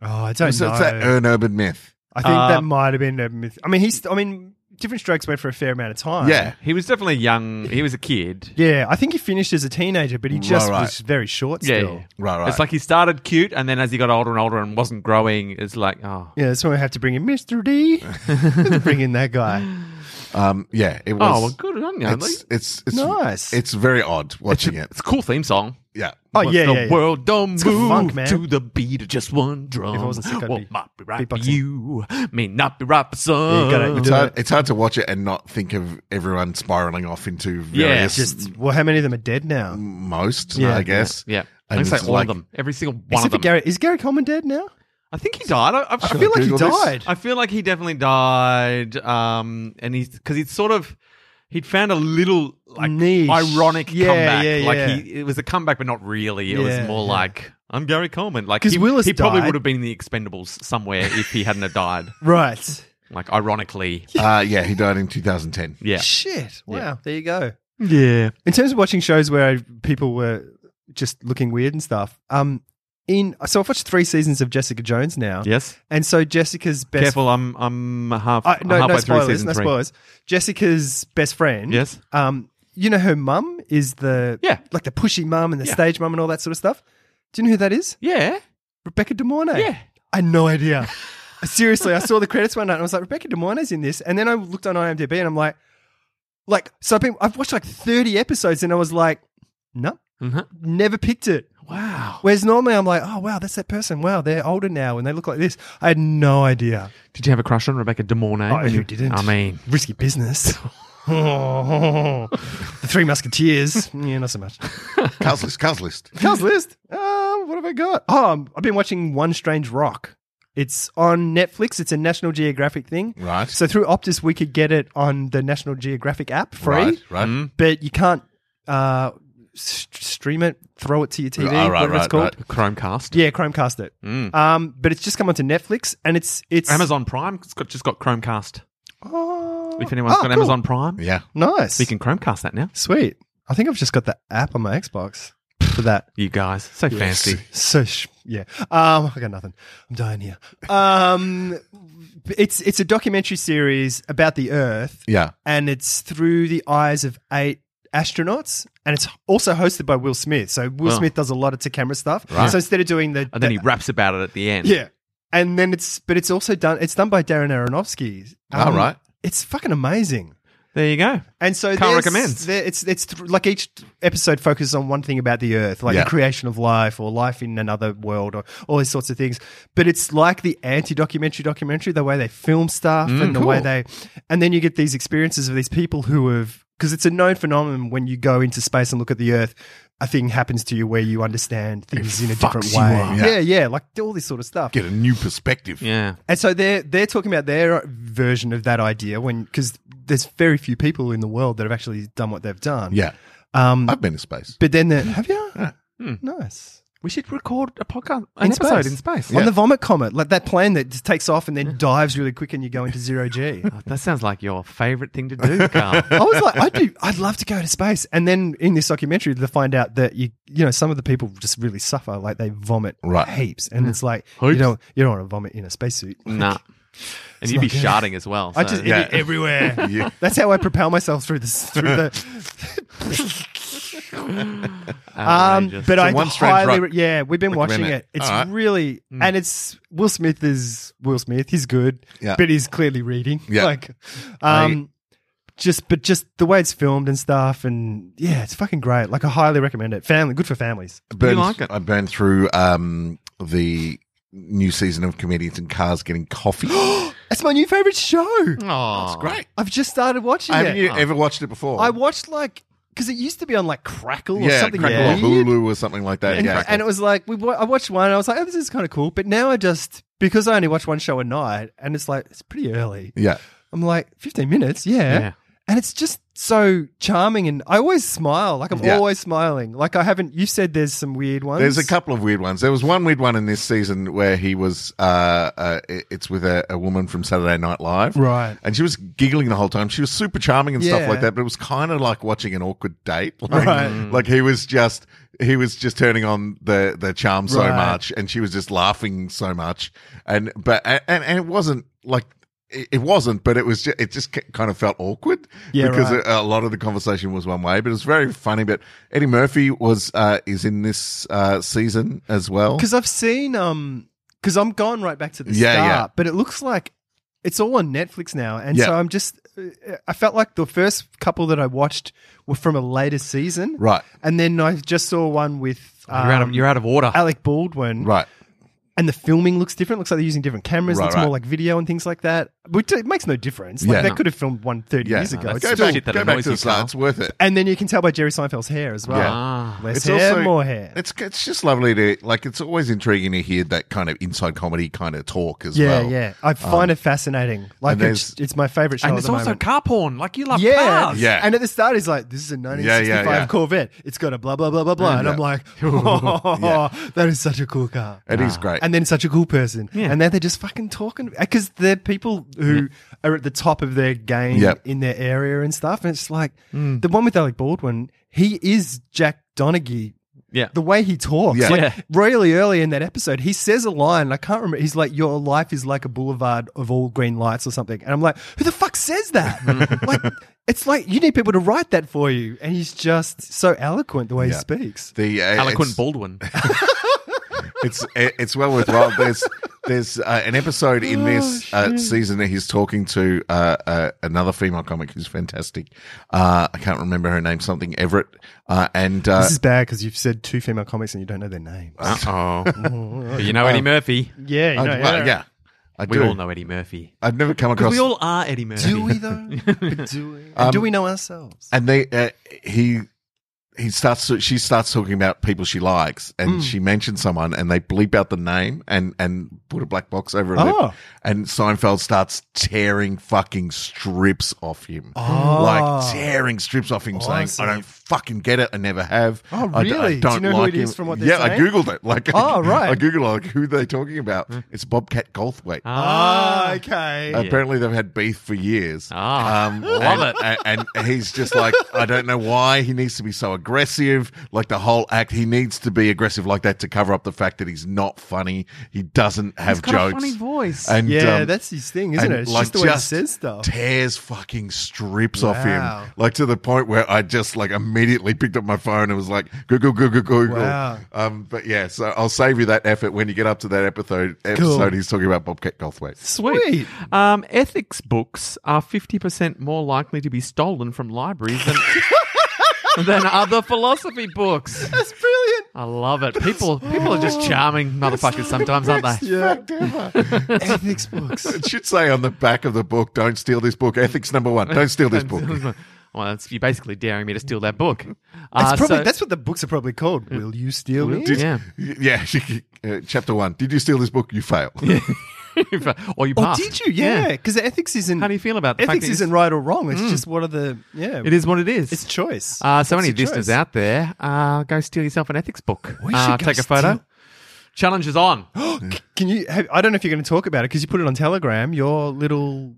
Oh, I don't
So uh,
know.
it's that urban urban myth.
I think
Uh,
that might have been a myth. I mean, he's. I mean, different strokes went for a fair amount of time.
Yeah.
he was definitely young. He was a kid.
yeah. I think he finished as a teenager, but he just
Right, right.
was very short.
Yeah.
Still.
yeah.
Right, right.
It's like he started cute and then as he got older and older and wasn't growing, it's like, oh.
Yeah, that's why we have to bring in Mr. D. to bring in that guy.
Um. Yeah. It was.
Oh, well, good on you.
It's
It's,
it's it's
Nice.
It's very odd watching it.
it's a cool theme song.
Yeah.
Oh
What
yeah,
the
yeah, yeah.
world don't
It's got
move
funk, man.
to the beat of just one drum.
If I wasn't sick, I'd
What
be
might be right for
beatboxing.
you may not be right for some.
you gotta- you
It's
Do
hard,
it.
it's hard to watch it and not think of everyone spiraling off into
Yeah,
various
Just well, how many of them are dead now?
most,
Yeah.
I guess.
yeah,
And
I'm gonna
it's
say all
like-
of them. Every single one
Except
of
for
them.
Gary, is Gary Coleman dead now?
I think he died. I, I,
I
I
feel like he
Google this?
died.
I feel like he definitely died. Um, and he's because he's sort of he'd found a little like
Niche.
ironic
Yeah,
comeback.
yeah,
like
yeah.
he, it was a comeback, but not really. It
Yeah,
was more
yeah.
like I'm Gary Coleman. Like
'Cause
he,
Willis
he probably
died.
would have been in the Expendables somewhere if he hadn't have died.
Right.
Like ironically,
Uh, yeah, he died in 2010.
yeah,
Shit. Wow.
Yeah.
There you go.
yeah.
In terms of watching shows where people were just looking weird and stuff, um, in so I've watched three seasons of Jessica Jones now,
Yes,
and so Jessica's best.
careful. I'm I'm half
Uh, no,
halfway
no
through
spoilers.
season
No
three.
spoilers. Jessica's best friend.
Yes.
Um, you know her mum is the
Yeah.
like the pushy mum and the
Yeah.
stage mum and all that sort of stuff. Do you know who that is?
Yeah,
Rebecca De Mornay.
yeah.
I had no idea. Seriously, I saw the credits one night and I was like, Rebecca De Mornay's in this. And then I looked on IMDb and I'm like, like, so I've been, I've watched like 30 episodes and I was like, no,
Mhm.
never picked it.
Wow.
Whereas normally I'm like, oh, wow, that's that person. Wow, they're older now and they look like this. I had no idea.
Did you have a crush on Rebecca De Mornay?
Oh,
when
who
you-
didn't?
I mean,
Risky business. the Three Musketeers. Yeah, not so much.
Cars list, cars list.
Carl's list. Um, what have I got? Oh, um, I've been watching One Strange Rock. It's on Netflix. It's a National Geographic thing.
Right.
So through Optus, we could get it on the National Geographic app free,
Right, right.
Mm.
but you can't uh, s- stream it, throw it to your TV,
Oh,
Right, right,
whatever it's
right,
called.
right.
Chromecast.
Yeah, Chromecast it.
Mm.
Um, but it's just come onto Netflix, and it's it's
Amazon Prime. It's got just got Chromecast.
Oh,
If anyone's
oh,
got
cool.
Amazon Prime,
Yeah.
nice,
we can Chromecast that now.
sweet. I think I've just got the app on my Xbox for that.
You guys, so fancy.
So sh- yeah, um, I got nothing. I'm dying here. Um, it's it's a documentary series about the Earth,
Yeah.
and it's through the eyes of eight astronauts, and it's also hosted by Will Smith. So Will
Wow.
Smith does a lot of to camera stuff.
Right.
So instead of doing the,
And then he raps about it at the end.
yeah, and then it's but it's also done. It's done by Darren Aronofsky.
Ah,
Um,
All right.
it's fucking amazing.
There you go.
And so
Can't
there's-
recommend.
There, it's it's th- like each episode focuses on one thing about the Earth, like
Yeah.
the creation of life or life in another world or all these sorts of things. But it's like the anti-documentary documentary, the way they film stuff and the way
cool.
they, and then you get these experiences of these people who have because it's a known phenomenon when you go into space and look at the Earth, a thing happens to you where you understand things in a different
fucks
way.
you up.
yeah.
Yeah.
yeah, like all this sort of stuff.
Get a new perspective.
Yeah.
And so they're they're talking about their version of that idea when because there's very few people in the world that have actually done what they've done.
Yeah.
Um.
I've been to space.
but then the, have you?
Yeah.
Hmm.
Nice.
We should record a podcast,
an episode in
space.
On the Vomit Comet, like that plane that just takes off and then dives really quick and you go into zero G.
Oh, That sounds like your favorite thing to do, Carl.
I was like, I do. I'd love to go to space. And then in this documentary, they find out that you, you know, some of the people just really suffer, like they vomit
Right.
heaps, and it's like you
Heaps.
don't, you don't want to vomit in a spacesuit.
nah. And you'd be
not good.
sharding as well.
I
so-
just
Yeah.
everywhere.
Yeah.
That's how I propel myself through this through the Um,
outrageous.
but I
One Strange
highly,
Rock.
yeah, we've been
Recommend
watching it.
it.
It's
All right. Mm.
really, and it's Will Smith is Will Smith. He's good,
Yeah.
but he's clearly reading.
Yeah.
like, um, just but just the way it's filmed and stuff, and yeah, it's fucking great. Like, I highly recommend it. Family, good for families.
Burned,
like it?
I burned through um, the new season of Comedians in Cars Getting Coffee.
It's my new favorite show.
Aw.
Great.
I've just started watching
Haven't
it.
you ever watched it before?
I watched like because it used to be on like Crackle or
yeah,
something
Crackle or
weird.
Hulu or something like that.
and,
yeah.
and it was like we wa- I watched one. and I was like, oh, this is kind of cool. But now I just because I only watch one show a night, and it's like it's pretty early.
yeah.
I'm like 15 minutes, yeah.
Yeah.
And it's just so charming, and I always smile. Like I'm
Yeah.
always smiling. Like I haven't. You said there's some weird ones.
There's a couple of weird ones. There was one weird one in this season where he was. Uh, uh, it- it's with a, a woman from Saturday Night Live,
Right.
And she was giggling the whole time. She was super charming and
Yeah.
stuff like that. But it was kind of like watching an awkward date. Like,
Right.
Mm.
like he was just he was just turning on the the charm so
Right.
much, and she was just laughing so much. And but and and it wasn't like. It it wasn't, but it was. Just, it just ki- kind of felt awkward
Yeah,
because
right.
a- a lot of the conversation was one way, but it was very funny. But Eddie Murphy was uh, is in this uh, season as well.
Because I've seen um. Because I'm gone right back to the
Yeah,
start,
yeah.
but it looks like it's all on Netflix now, and
Yeah.
so I'm just. uh, I felt like the first couple that I watched were from a later season,
Right,
And then I just saw one with um,
You're, out of, you're out of order.
Alec Baldwin,
right,
and the filming looks different. Looks like they're using different cameras.
Right,
looks
right.
more like video and things like that. which it makes no difference. Like
Yeah.
they
No.
could have filmed one 30
Yeah,
years ago.
that's
It's
go
still
back,
shit that
go back
annoys
to
you,
the start.
Carl.
It's worth it.
and then you can tell by Jerry Seinfeld's hair as well.
Yeah.
Ah.
Less hair, more hair.
It's it's just lovely to like. It's always intriguing to hear that kind of inside comedy kind of talk as
yeah,
well. um,
yeah. I find it fascinating. Like
and
it's,
there's-
it's my favorite show.
And
Oh, at
it's
the
also
moment.
car porn. Like you love
Yeah.
cars.
Yeah.
And at the start, he's like, this is a 1965
Yeah, yeah, yeah.
Corvette. It's got a blah, blah, blah, blah, blah. And
Yeah.
I'm like, oh,
Yeah.
that is such a cool car.
It is great.
And then such a cool person.
Yeah.
And then they're just fucking talking. Because they're people who are at the top of their game
Yep.
in their area and stuff. And it's like,
Mm.
the one with Alec Baldwin, he is Jack Donaghy.
Yeah.
The way he talks,
Yeah.
Like,
Yeah.
really early in that episode, he says a line. I can't remember. He's like, "Your life is like a boulevard of all green lights" or something. And I'm like, "Who the fuck says
Mm-hmm.
that?" like, it's like you need people to write that for you. And he's just so eloquent the way he
Yeah.
speaks.
the uh,
Eloquent
it's-
Baldwin.
it's it's well worthwhile. There's there's uh, an episode
Oh,
in this uh, season that he's talking to uh, uh, another female comic who's fantastic. Uh, I can't remember her name. Something Everett, uh, and uh,
This is bad because you've said two female comics and you don't know their names.
Uh oh. you know Eddie
Um,
Murphy.
yeah, you
I-
know,
uh, well, yeah, I
We
do.
all know Eddie Murphy.
I've never come across.
Because we all are Eddie Murphy.
Do we though? But do we? And do we know ourselves?
Um, and they uh, he he starts to- she starts talking about people she likes
Hmm.
and she mentions someone and they bleep out the name and and put a black box over it
Oh.
and Seinfeld starts tearing fucking strips off him
Oh.
like tearing strips off him
Awesome.
saying I don't fucking get it I never have
Oh,
I d- I
really? Do you
don't
know who
like
it is
him."
from what they're
yeah I
saying?
googled it like I,
Oh, right. Hmm.
I googled like who they're talking about it's Bobcat Goldthwait uh,
Ah, okay.
Apparently, they've had beef for years.
Ah,
love and, it. And, and he's just like, I don't know why he needs to be so aggressive. Like the whole act, he needs to be aggressive like that to cover up the fact that he's not funny. He doesn't have
got a
jokes.
funny voice.
And
yeah,
um,
that's his thing, isn't
and,
it? It's
like,
just the way he says stuff.
Tears fucking strips off
Wow.
him, like to the point where I just like immediately picked up my phone and was like, Google, Google, Google.
Wow.
Um, but yeah, so I'll save you that effort when you get up to that episode. Episode he's talking about Bobcat Goldthwait.
Sweet.
Um, ethics books are 50% more likely to be stolen from libraries than, than other philosophy books.
That's brilliant.
I love it. People people are just charming motherfuckers sometimes, aren't they?
Yeah. Ethics books.
It should say on the back of the book, "Don't steal this book." Ethics number one: don't steal this book.
well, that's, you're basically daring me to steal that book.
That's
Uh,
probably
so-
that's what the books are probably called. Will you steal me?
Did- yeah.
yeah, uh, chapter one. Did you steal this book? You fail.
or you
Or
passed.
Oh, did you? Yeah, because ethics isn't.
Ah. How do you feel about the fact
ethics?
that you-
Isn't right or wrong. It's just what are the yeah.
It is what it is.
It's choice.
Uh, so
It's
any
a
listeners
choice.
out there, uh, go steal yourself an ethics book.
We should
Uh,
go
take a photo.
steal-
Challenge is on.
Can you? Have, I don't know if you're going to talk about it because you put it on Telegram. Your little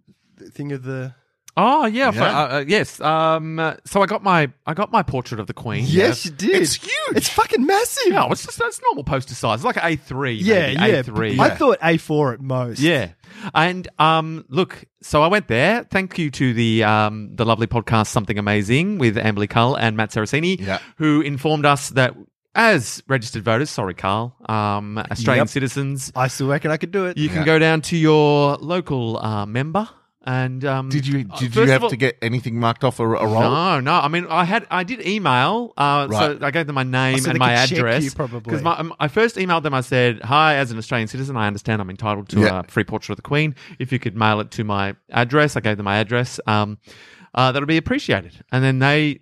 thing of the.
Oh yeah, for-
Yeah.
uh, uh, yes. Um, uh, so I got my I got my portrait of the Queen.
Yes, you did.
It's huge.
It's fucking massive.
No, it's just that's normal poster size. It's like A three.
yeah,
maybe,
yeah.
A three.
I thought A four at most.
Yeah. And um, look, so I went there. Thank you to the um, the lovely podcast Something Amazing with Amberly Cull and Matt Saraceni,
Yeah.
who informed us that as registered voters, sorry, Carl, um, Australian
Yep.
citizens,
I still reckon I could do it.
you can
Yeah.
go down to your local uh, member. And um,
Did you?
uh,
Did you
first
have
of all-
to get anything marked off a, a roll?
No, no. I mean, I had, I did email. Uh,
Right.
So I gave them my name
Oh, so they
and my
could check you
address.
probably.
because um, I first emailed them. I said, "Hi, as an Australian citizen, I understand I'm entitled to
Yeah.
a free portrait of the Queen. If you could mail it to my address, I gave them my address. Um, uh, that'll be appreciated." And then they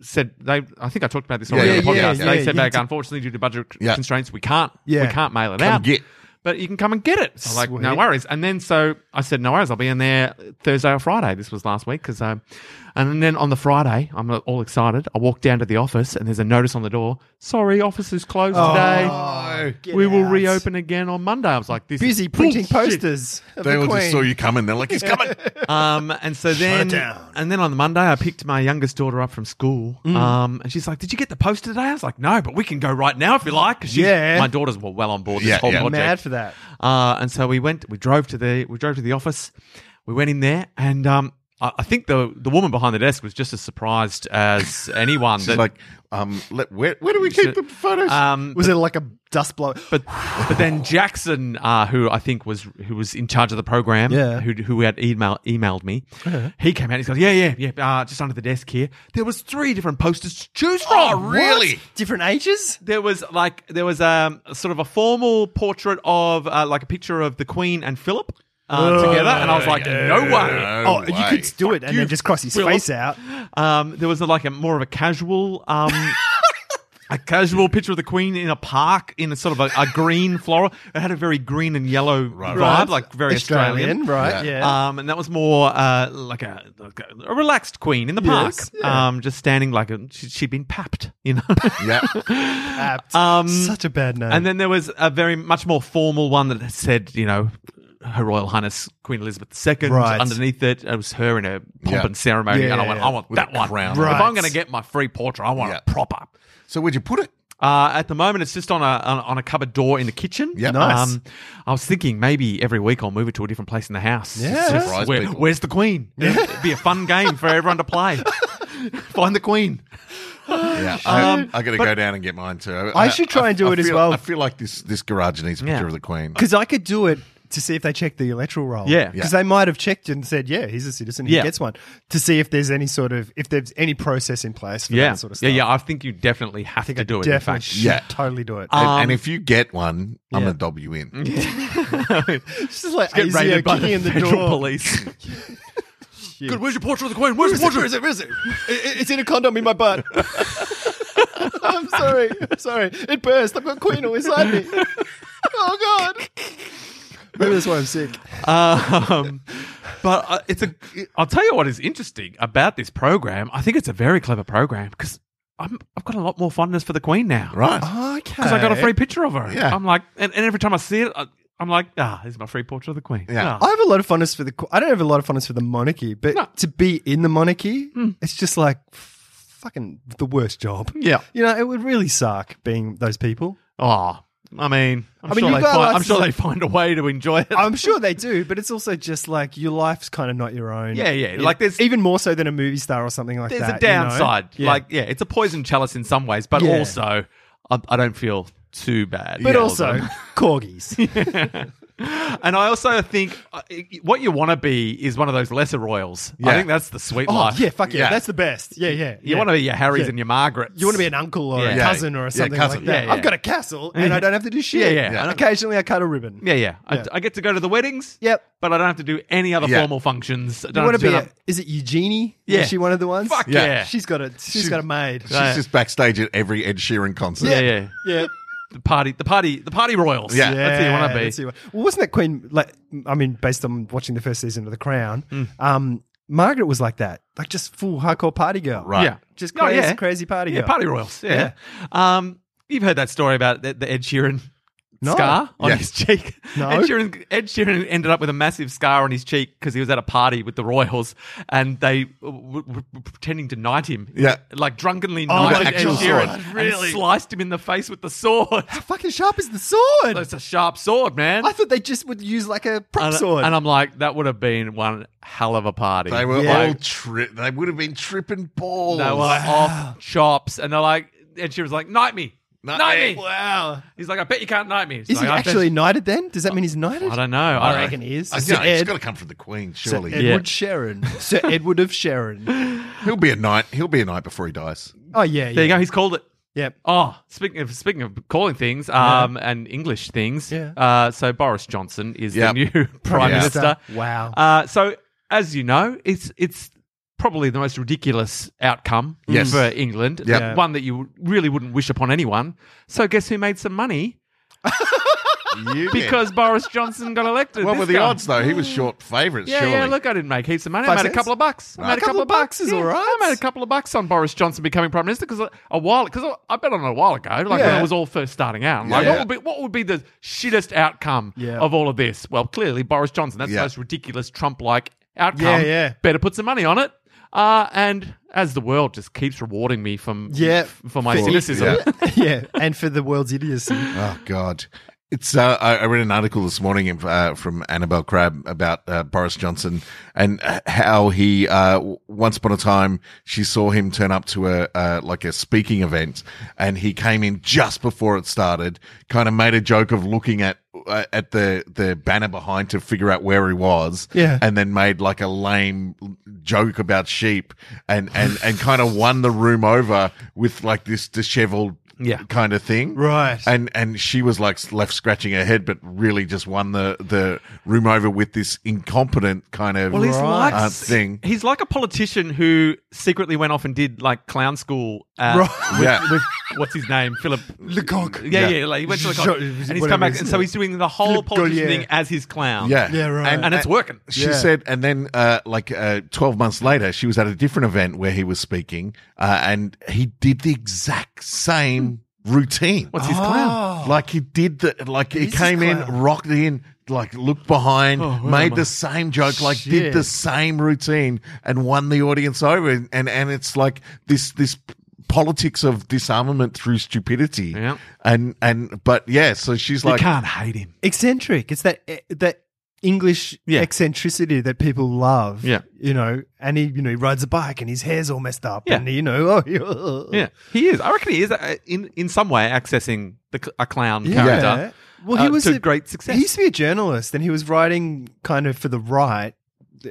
said, "They, I think I talked about this already
Yeah,
on the
yeah,
podcast.
yeah,
they
yeah,
said
yeah.
back, unfortunately, due to budget c-
Yeah.
constraints, we can't,
Yeah.
we can't mail it
Come
out."
get.
but you can come and get it. So, like, no
Sweet.
worries. And then so I said, no worries. I'll be in there Thursday or Friday. This was last week because, um, and then on the Friday, I'm all excited. I walk down to the office and there's a notice on the door. Sorry, office is closed
Oh,
today.
get
We will
out.
reopen again on Monday. I was like, this
Busy
is
printing
bullshit.
posters. Of
They
the
all
Queen.
just saw you coming. They're like, "He's coming."
Um, and so then,
down. Mm.
and then on the Monday, I picked my youngest daughter up from school. Um, and she's like, "Did you get the poster today?" I was like, "No, but we can go right now if you like." 'cause she's-
Yeah.
my daughters were well on board this
Yeah,
whole
yeah.
project.
Mad for that.
Uh, and so we went, we drove to the, we drove to the office. We went in there, and um, I, I think the the woman behind the desk was just as surprised as anyone.
She's
that,
like, um, let, where, where do we keep the photos?
um,
Was it like a dust blow?
but but then Jackson, uh, who I think was who was in charge of the program,
Yeah.
who who had email emailed me, he came out. He's like, yeah, yeah, yeah, uh, just under the desk here. There was three different posters to choose from.
Oh, really?
Different ages?
there was like there was um sort of a formal portrait of uh, like a picture of the Queen and Philip. uh,
Oh,
together, and I was like, no way.
No
Oh, you
way.
could do it and
you,
then just cross his
Will.
face out.
Um, there was a, like a more of a casual, um, a casual picture of the Queen in a park in a sort of a, a green floral. It had a very green and yellow vibe,
Right.
like very Australian.
right?
Yeah.
Yeah.
Um, and that was more uh, like a like a- a relaxed queen in the park,
Yes, yeah.
um, just standing like a, she, she'd been papped, you know.
Yeah.
Apt.
um,
Such a bad name.
and then there was a very much more formal one that said, you know, Her Royal Highness Queen Elizabeth II.
Right.
Underneath it, it was her in her pomp
Yeah.
and ceremony,
Yeah,
and I
yeah,
went,
yeah.
I want
With
that
a
one.
crown.
If I'm
Right.
going to get my free portrait, I want it
Yeah.
proper.
So where'd you put it?
Uh, at the moment, it's just on a on, on a cupboard door in the kitchen. Um,
Yep.
Nice.
I was thinking maybe every week I'll move it to a different place in the house.
Yeah.
It's just
Surprise
where-
people.
where's the queen? It'd be a fun game for everyone to play. Find the queen.
Yeah, I,
Um,
I got to go down and get mine too.
I should try and do
I
it as
feel-
well.
I feel like this this garage needs a picture
Yeah.
of the Queen.
Because I could do it to see if they check the electoral roll.
Yeah. Yeah.
Because they might have checked and said, yeah, he's a citizen, he
Yeah.
gets one. To see if there's any sort of, if there's any process in place for
Yeah.
that sort of
yeah,
stuff.
yeah. I think you definitely have to do it. in
Definitely
fact.
should
Yeah.
totally do it.
And,
Um,
and if you get one, I'm
yeah.
gonna dob you in.
It's just like
get
ASIO
raided by
kicking
the,
in the
federal
door.
police. Good. Where's your portrait of the Queen? Where's your portrait?
Where is it? It's in a condom in my butt. I'm sorry. I'm sorry. It burst. I've got Queen all inside me. Oh, God. Maybe that's why I'm sick.
Um, but uh, it's a. I'll tell you what is interesting about this program. I think it's a very clever program because I'm I've got a lot more fondness for the Queen now.
Right.
Okay.
Because I got a free picture of her.
Yeah.
I'm like, and, and every time I see it, I, I'm like, ah, here's my free portrait of the Queen.
Yeah.
Ah.
I have a lot of fondness for the. I don't have a lot of fondness for the monarchy, but
No. Hmm.
to be in the monarchy, it's just like f- fucking the worst job.
Yeah.
You know, it would really suck being those people.
Oh, I mean, I'm,
I mean,
sure,
you
they
got
find,
lots
I'm sure
of-
they find a way to enjoy it.
I'm sure they do, but it's also just like your life's kind of not your own.
Yeah, yeah,
It-
like there's-
even more so than a movie star or something like
There's
that.
a
you know?
downside.
Yeah.
Like, yeah, it's a poison chalice in some ways, but
Yeah.
also, I, I don't feel too bad.
but
for
also
them.
corgis.
and I also think uh, what you want to be is one of those lesser royals. I
Yeah.
think that's the sweet
oh
life.
yeah, fuck yeah.
Yeah.
that's the best. Yeah, yeah.
You want to be your Harrys
Yeah.
and your Margarets.
You want to be an uncle or a
Yeah.
cousin or
Yeah,
something
cousin.
like that.
Yeah, yeah.
I've got a castle and I don't have to do shit.
Yeah, yeah.
And occasionally I cut a ribbon.
Yeah, yeah. I,
Yeah.
I get to go to the weddings.
Yep.
But I don't have to do any other
Yeah.
formal functions. I
You
don't
want
have
to be?
turn
A,
up-
is it Eugenie?
Yeah.
Is she one of the ones?
Fuck
Yeah.
yeah.
She's got a. she's got a maid.
She's
Yeah.
just backstage at every Ed Sheeran concert.
yeah, yeah.
yeah.
The party, the party, the party royals.
Yeah.
That's who you want to be.
that's who you wanna- Well, wasn't that Queen? Like, I mean, based on watching the first season of The Crown,
Hmm.
um, Margaret was like that, like just full hardcore party girl,
Right.
Yeah.
Just
No,
crazy,
yeah.
crazy party
Yeah,
girl.
party royals. Yeah. Um, you've heard that story about the, the Ed Sheeran
No.
scar on
Yeah.
his cheek.
No.
Ed Sheeran, Ed Sheeran ended up with a massive scar on his cheek because he was at a party with the royals and they w- w- were pretending to knight him.
Yeah.
Like drunkenly
Oh,
knighted
the
Ed
actual
Sheeran
sword.
and
Really?
sliced him in the face with the sword.
How fucking sharp is the sword?
That's a sharp sword, man.
I thought they just would use like a prop
and,
sword.
and I'm like, that would have been one hell of a party.
They were
Yeah.
all tri- They would have been tripping balls.
They were off chops, and they're like, and she was like, "Knight me,
Knight
knight,
me."
me. Wow. He's like, "I bet you can't knight me." He's
is
like,
he
"I bet
actually
you-"
knighted then? Does that mean he's knighted?
I don't know. I,
I
don't-
reckon he is.
I
Sir
know, it's
Ed,
got to come from the Queen,
Sir
surely.
Edward Sharon, Sir Edward of Sharon.
He'll be a knight. He'll be a knight before he dies.
Oh yeah, yeah.
There you go. He's called it.
Yep.
Oh, speaking of speaking of calling things um, and English things,
Yeah.
uh, so Boris Johnson is
Yep.
the new Prime
Minister.
Minister.
Wow.
Uh, so as you know, it's it's probably the most ridiculous outcome
Yes.
for England,
Yep.
the one that you really wouldn't wish upon anyone. So guess who made some money
You did.
because Boris Johnson got elected?
what
This
were the
guy.
odds though? He was short favourite.
Yeah,
surely.
yeah. Look, I didn't make heaps of money.
Five
I made
cents?
a couple of bucks. I made a couple, of bucks.
is
Yeah,
all right.
I made a couple of bucks on Boris Johnson becoming prime minister because a, a while because I, I bet on it a while ago, like when
Yeah.
it was all first starting out. I'm like,
Yeah.
what would be what would be the shittest outcome
Yeah.
of all of this? Well, clearly Boris Johnson. That's
Yeah.
the most ridiculous Trump-like outcome.
Yeah, yeah.
Better put some money on it. Uh, and as the world just keeps rewarding me from
Yeah.
f- for my
For-
cynicism,
yeah, and for the world's idiocy.
Oh God. It's. Uh, I, I read an article this morning uh, from Annabelle Crabb about uh, Boris Johnson and uh, how he uh, w- once upon a time she saw him turn up to a uh, like a speaking event and he came in just before it started, kind of made a joke of looking at uh, at the the banner behind to figure out where he was,
Yeah.
and then made like a lame joke about sheep and and and kind of won the room over with like this dishevelled
Yeah.
kind of thing.
Right.
And and she was like left scratching her head, but really just won the the room over with this incompetent kind of
Well, he's like
uh, thing.
he's like a politician who secretly went off and did like clown school. Uh,
Right.
with,
Yeah.
with what's his name, Philip
Lecoq.
Yeah,
Yeah.
yeah, like he went to the
Sure,
con- and he's
whatever
come back,
his
and
name.
so he's doing the whole
Philip
politician
Goyer.
thing as his clown.
Yeah,
Yeah, right.
and it's working.
She
Yeah.
said, and then uh, like uh, twelve months later, she was at a different event where he was speaking, uh, and he did the exact same routine. Oh.
What's his clown?
Like he did the like he
is
came in,
clown.
rocked in, like looked behind,
Oh, where
made
am
the
I?
same joke, like did
Shit.
the same routine, and won the audience over. And and, and it's like this this politics of disarmament through stupidity.
Yeah.
And and but yeah, so she's
you
like
can't hate him.
eccentric. It's that eh, that English
Yeah.
eccentricity that people love.
Yeah.
you know, and he you know he rides a bike and his hair's all messed up.
Yeah.
and you know, oh
Yeah, he is. I reckon he is uh, in in some way accessing the cl- a clown
Yeah.
character.
Well, he
uh,
was
to
a,
great success.
He used to be a journalist, and he was writing kind of for the right.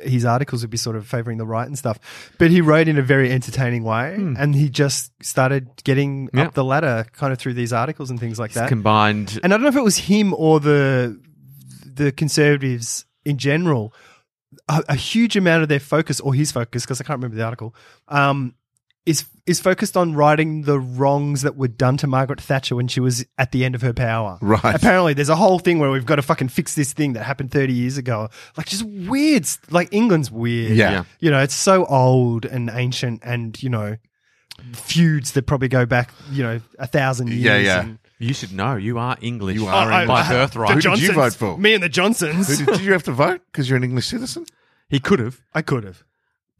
His articles would be sort of favoring the right and stuff, but he wrote in a very entertaining way, and he just started getting
Hmm. Yeah.
up the ladder, kind of through these articles and things like that.
combined.
and I don't know if it was him or the the conservatives in general. A, a huge amount of their focus, or his focus, because I can't remember the article, um, is is focused on righting the wrongs that were done to Margaret Thatcher when she was at the end of her power.
Right.
Apparently, there's a whole thing where we've got to fucking fix this thing that happened 30 years ago. Like, just weird. s- Like England's weird.
Yeah.
Yeah.
You know, it's so old and ancient, and you know, feuds that probably go back, you know, a thousand years.
Yeah, yeah.
and-
You should know you are English.
You are
by
English.
birthright.
Who did you vote for?
Me and the Johnsons.
Who did, did you have to vote because you're an English citizen?
He could have.
I could have,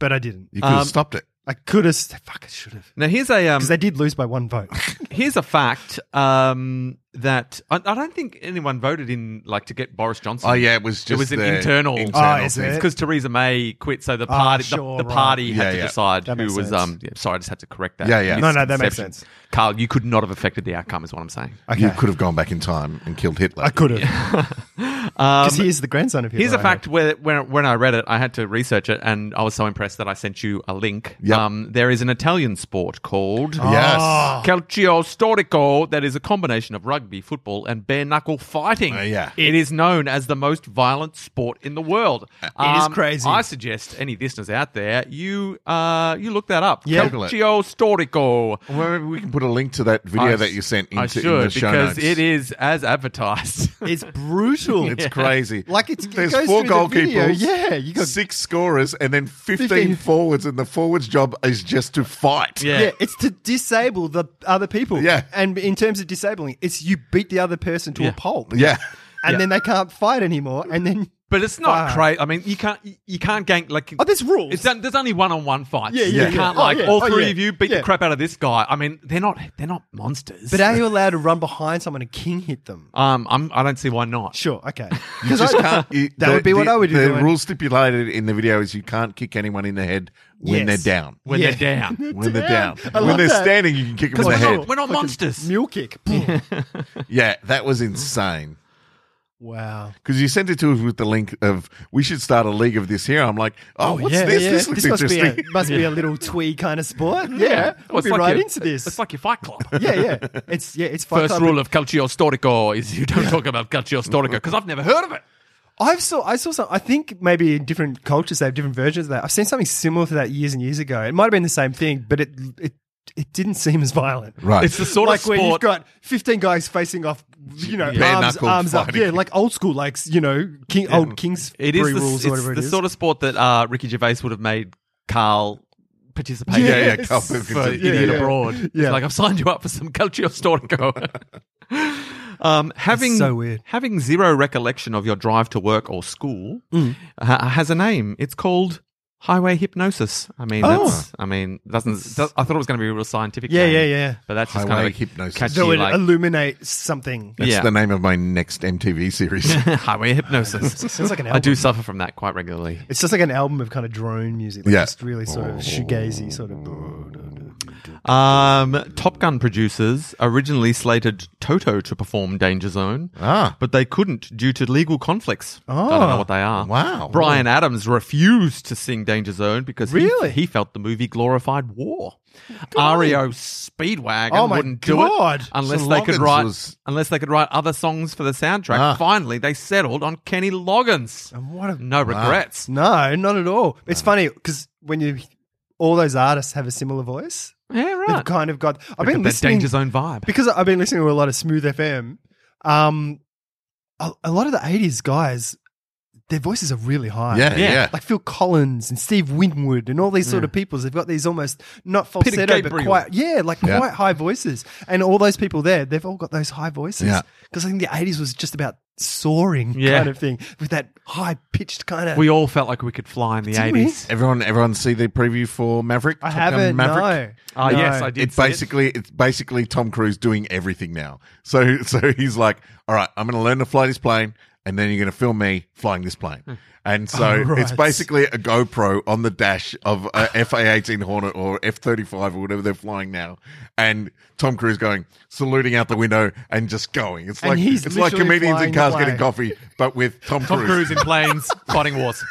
but I didn't.
You could have
Um,
stopped it.
I could have. Fuck, I should have.
Now here's a um,
Because they did lose by one vote.
here's a fact um, that I, I don't think anyone voted in like to get Boris Johnson.
Oh yeah, it was just
it was an
the
internal.
Oh, is
thing.
it?
because Theresa May quit, so the
Ah,
party
sure,
the, the
right.
party had
Yeah,
to
yeah.
decide
That
who
makes
was.
sense.
Um, yeah, sorry, I just had to correct that.
Yeah, yeah.
No, no, that makes
misconception.
sense.
Carl, you could not have affected the outcome, is what I'm saying.
Okay.
You could have gone back in time and killed Hitler.
I could have. Because he is the grandson of Hitler.
Here's a
I
fact
hope.
where when, when I read it, I had to research it, and I was so impressed that I sent you a link. Um,
Yep.
there is an Italian sport called
Yes.
Oh.
Ah. calcio storico that is a combination of rugby, football, and bare knuckle fighting.
Uh, yeah.
it is known as the most violent sport in the world. It
is
is
crazy.
I suggest any listeners out there you uh, you look that up.
Yeah.
Google it.
calcio storico.
Well, maybe we can put a link to that video
I
that
sh-
you sent
I
into in
should,
the show
because
notes.
it is as advertised.
It's brutal.
It's crazy.
Like, it's- it
there's
goes
four
through the video.
goalkeepers.
Yeah, you got-
six scorers and then 15,
15.
forwards, and the forwards' job is just to fight.
Yeah.
yeah, it's to disable the other people.
Yeah.
And in terms of disabling, it's you beat the other person to a
Yeah.
pulp.
yeah,
And
Yeah.
then they can't fight anymore. And then.
But it's not
Fuck.
crazy. I mean, you can't you- you can't gank like.
Oh, there's rules.
It's done, there's only one-on-one fights.
Yeah, yeah,
You
yeah.
can't
Oh,
like
yeah.
all
Oh,
three
yeah.
of you beat
Yeah.
the crap out of this guy. I mean, they're not they're not monsters.
but are you allowed to run behind someone and king hit them?
um, I'm I don't see why not.
Sure, okay.
you just can't. you-
That would be what I would do,
The
Owen.
rule stipulated in the video is you can't kick anyone in the head when
Yes.
they're down.
When
Yeah.
they're down,
When they're down.
I
When
love
they're
that.
standing, you can kick them in
we're
the
not,
head.
we're not monsters.
Mule kick.
Yeah, that was insane.
wow.
Because you sent it to us with the link of we should start a league of this here. I'm like, oh, what's this? This looks
must be a,
interesting.
must be a little twee kind of sport. Yeah,
Well,
we'll
it's
be
like
right
your-
into this.
It's like your Fight Club.
yeah, yeah. It's yeah, it's Fight
First
Club.
rule of Calcio Storico is you don't talk about Calcio Storico because I've never heard of it.
I've saw I saw some. I think maybe in different cultures they have different versions of that. I've seen something similar to that years and years ago. It might have been the same thing, but it it it didn't seem as violent.
Right.
It's the sort
like
of
where you've
sport.
got 15 guys facing off, you know,
Bare
arms,
knuckle
arms up.
fighting.
Yeah, like old school, like, you know, king, old King's
it is the,
rules
it's
or whatever it
the
is.
sort of sport that uh, Ricky Gervais would have made Carl participate.
yeah,
in.
yeah, Carl
Yes.
Perkins.
for idiot
yeah.
abroad. It's
Yeah.
like I've signed you up for some culture historico. um, having
so weird.
having zero recollection of your drive to work or school
Mm.
ha- has a name. It's called highway hypnosis. I mean, that's, I mean, doesn't does, I thought it was going to be a real scientific.
Oh. Yeah,
name,
yeah, yeah.
But that's just
Highway
kind of a
hypnosis.
Catchy,
So it
like,
illuminates something.
That's
yeah.
the name of my next MTV series.
highway hypnosis.
Sounds like an
I do
album.
suffer from that quite regularly.
It's just like an album of kind of drone music, like
Yeah.
Oh. just really sort of shoegazy, sort of.
Um, Top Gun producers originally slated Toto to perform Danger Zone,
Ah.
but they couldn't due to legal conflicts. I
Ah.
don't know what they are.
Wow.
Brian Adams refused to sing Danger Zone because he-
Really?
he, felt the movie glorified war. REO Speedwagon
Oh my
wouldn't
God.
do it unless
So
they could
Loggins
write
was-
unless they could write other songs for the soundtrack.
Ah.
Finally, they settled on Kenny Loggins.
And what a
No regrets.
no, not at all. It's funny because when you all those artists have a similar voice,
Yeah,
they've
right.
kind of got. I've been
Got that
listening
Danger Zone vibe.
because I've been listening to a lot of Smooth FM. Um, a, a lot of the '80s guys, their voices are really high.
Yeah,
Yeah.
yeah.
like Phil Collins and Steve Winwood and all these sort of people. They've got these almost not falsetto, but
Mm. Gabriel.
quite yeah, like
Yeah.
quite high voices. And all those people there, they've all got those high voices.
Yeah.
Because I think the eighties was just about soaring
Yeah.
kind of thing with that high pitched kind of.
We all felt like we could fly in the
Didn't we?
eighties.
Everyone, everyone, see the preview for Maverick.
I
Top Gun
haven't.
Maverick.
No.
um, Ah,
No.
yes, I did.
It's
see it.
basically it's basically Tom Cruise doing everything now. So so he's like, all right, I'm going to learn to fly this plane, and then you're going to film me flying this plane. And so
Oh, right.
it's basically a GoPro on the dash of a FA-18 Hornet or F-35 or whatever they're flying now, and Tom Cruise going saluting out the window and just going. It's
And
like
he's
it's like
literally
comedians
flying
in
the
cars
plane.
getting coffee, but with Tom,
Tom
Cruise.
Cruise in planes fighting wars.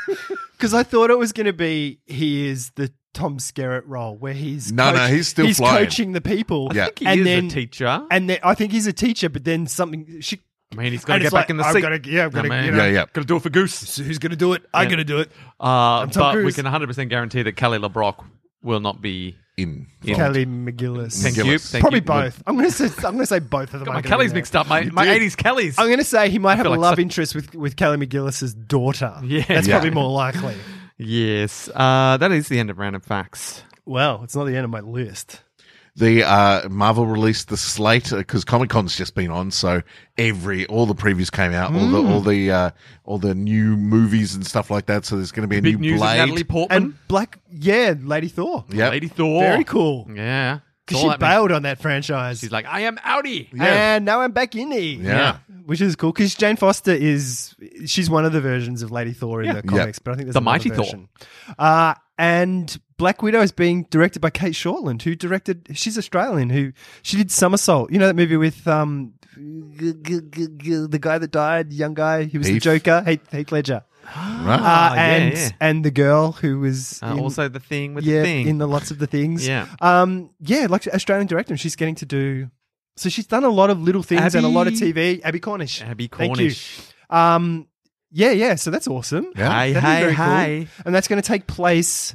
Because I thought it was going to be he is the Tom Skerritt role where he's
No, no, he's still
he's
flying.
coaching the people.
Yeah.
He
and
is
then
a teacher.
and then I think he's a teacher, but then something she.
I mean, he's got to
and
get
it's
back
like,
in the
I've
seat. Oh,
gotta- yeah, I've gotta,
man.
you know-
Yeah, yeah.
Got to do it for Goose.
So who's going to do it? I'm
Yeah.
going to do it.
Uh,
Tom
but we
Cruise.
can 100% guarantee that Kelly LeBrock will not be.
in.
Yeah.
Kelly McGillis.
Thank you.
Gillis.
Thank
Probably
you.
both. I'm gonna say I'm gonna say both of them.
God,
are
my
gonna
Kelly's
be there.
mixed up. My, my
did.
80s Kelly's.
I'm gonna say he might have a
feel like
love
such-
interest with with Kelly McGillis's daughter.
Yeah.
that's
Yeah.
probably more likely.
Yes. Uh, that is the end of Random Facts.
Well, it's not the end of my list.
the uh, Marvel released the slate because Comic Con's just been on, so every all the previews came out, all the
Hmm.
all the uh, all the new movies and stuff like that. So there's going to be a
Big
new
news of
Blade.
Natalie Portman.
And Black, yeah, Lady Thor,
Yep.
Lady Mm-hmm. Thor.
very cool.
Yeah. It's
Because
all
she
that means.
bailed on that franchise.
She's like, I am Audi.
Yeah.
and now I'm back in E. it.
Yeah.
which is cool because Jane Foster is she's one of the versions of Lady Thor in the comics, but I think there's
The
another
Mighty Thor.
version. Uh, and Black Widow is being directed by Kate Shortland, who directed. She's Australian. Who she did Somersault. You know that movie with um g- g- g- g- the guy that died, young guy. He was the
Heath.
Joker. Heath, Heath Ledger. Uh,
Right.
Ah, yeah,
and
yeah.
and the girl who was
Uh,
in-
also, the thing with
yeah
the thing.
in the lots of the things.
Yeah.
um, yeah, like Australian director. and She's getting to do. So she's done a lot of little things and a lot of
Abby-
TV. Abby Cornish.
Abby
Thank
Cornish.
you. Um, yeah, yeah. So that's awesome.
Yeah.
That'd
Hey,
be
hey,
very cool.
hey.
And that's going to take place,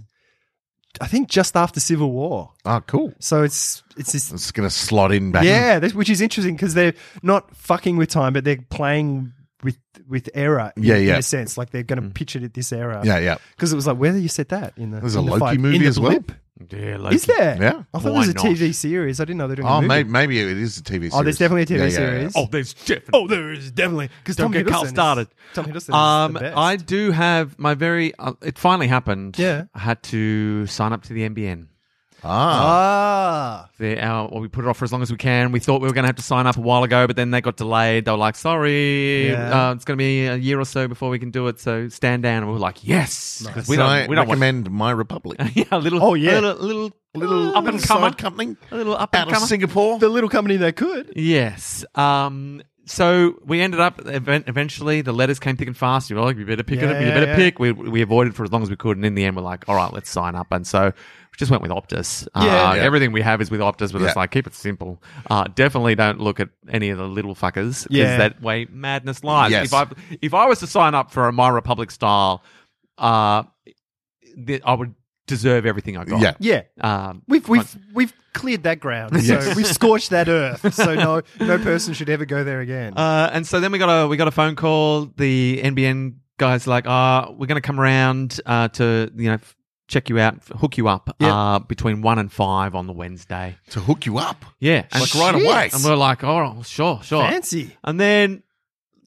I think, just after Civil War.
Oh, cool.
So it's it's this.
It's going to slot in back.
Yeah, this, which is interesting because they're not fucking with time, but they're playing with with era. in-
Yeah,
In
yeah. Mm.
a sense, like they're going to pitch it at this era.
Yeah, yeah.
Because it was like, where do you set that in the?
There's
in
a
the
Loki
fight-
movie
in the
as well.
blip?
Dear Loki.
Is there?
Yeah.
I thought
Why
it was a
not?
TV series. I didn't know they're doing a
Oh,
movie.
may- maybe it is a TV series.
Oh, there's definitely a TV
Yeah, yeah, yeah.
series.
Oh, there's definitely.
Oh, there is definitely because
Don't
Tom
get Carl
Hiddleston is-
started.
Tom Hiddleston is
Um,
the best.
I do have my very. Uh, it finally happened.
Yeah.
I had to sign up to the NBN. Oh,
Ah,
ah,
The, uh, well, we put it off for as long as we can. We thought we were going to have to sign up a while ago, but then they got delayed. They were like, "Sorry,
Yeah.
uh, it's going to be a year or so before we can do it." So stand down, and we were like, "Yes," 'cause we
Can
don't.
I
we don't want-
recommend My Republic.
yeah, a little.
Oh, yeah.
a little, little,
little
up and comer.
side company
A little up
out
and
of
comer.
Singapore.
the little company that could.
Yes. Um, so we ended up event- eventually the letters came thick and fast. You were like, you better pick
Yeah,
it up. You
yeah,
better
yeah.
pick. We, we avoided for as long as we could. And in the end, we're like, all right, let's sign up. And so we just went with Optus. Uh,
Yeah. Yeah.
Everything we have is with Optus, but
Yeah.
it's like, keep it simple. Uh, definitely don't look at any of the little fuckers because
Yeah.
that way madness lies.
Yes.
If, I, if I was to sign up for a My Republic style, uh, th- I would deserve everything I got.
Yeah.
Yeah,
Um,
we've we've we've cleared that ground. So we've scorched that earth. So no no person should ever go there again.
Uh, and so then we got a we got a phone call. The NBN guys like, ah, we're going to come around uh, to you know f- check you out, f- hook you up
Yeah.
uh, between one and five on the Wednesday.
to hook you up.
Yeah, and,
Like right away.
And we're like, oh, well, sure, sure.
Fancy.
And then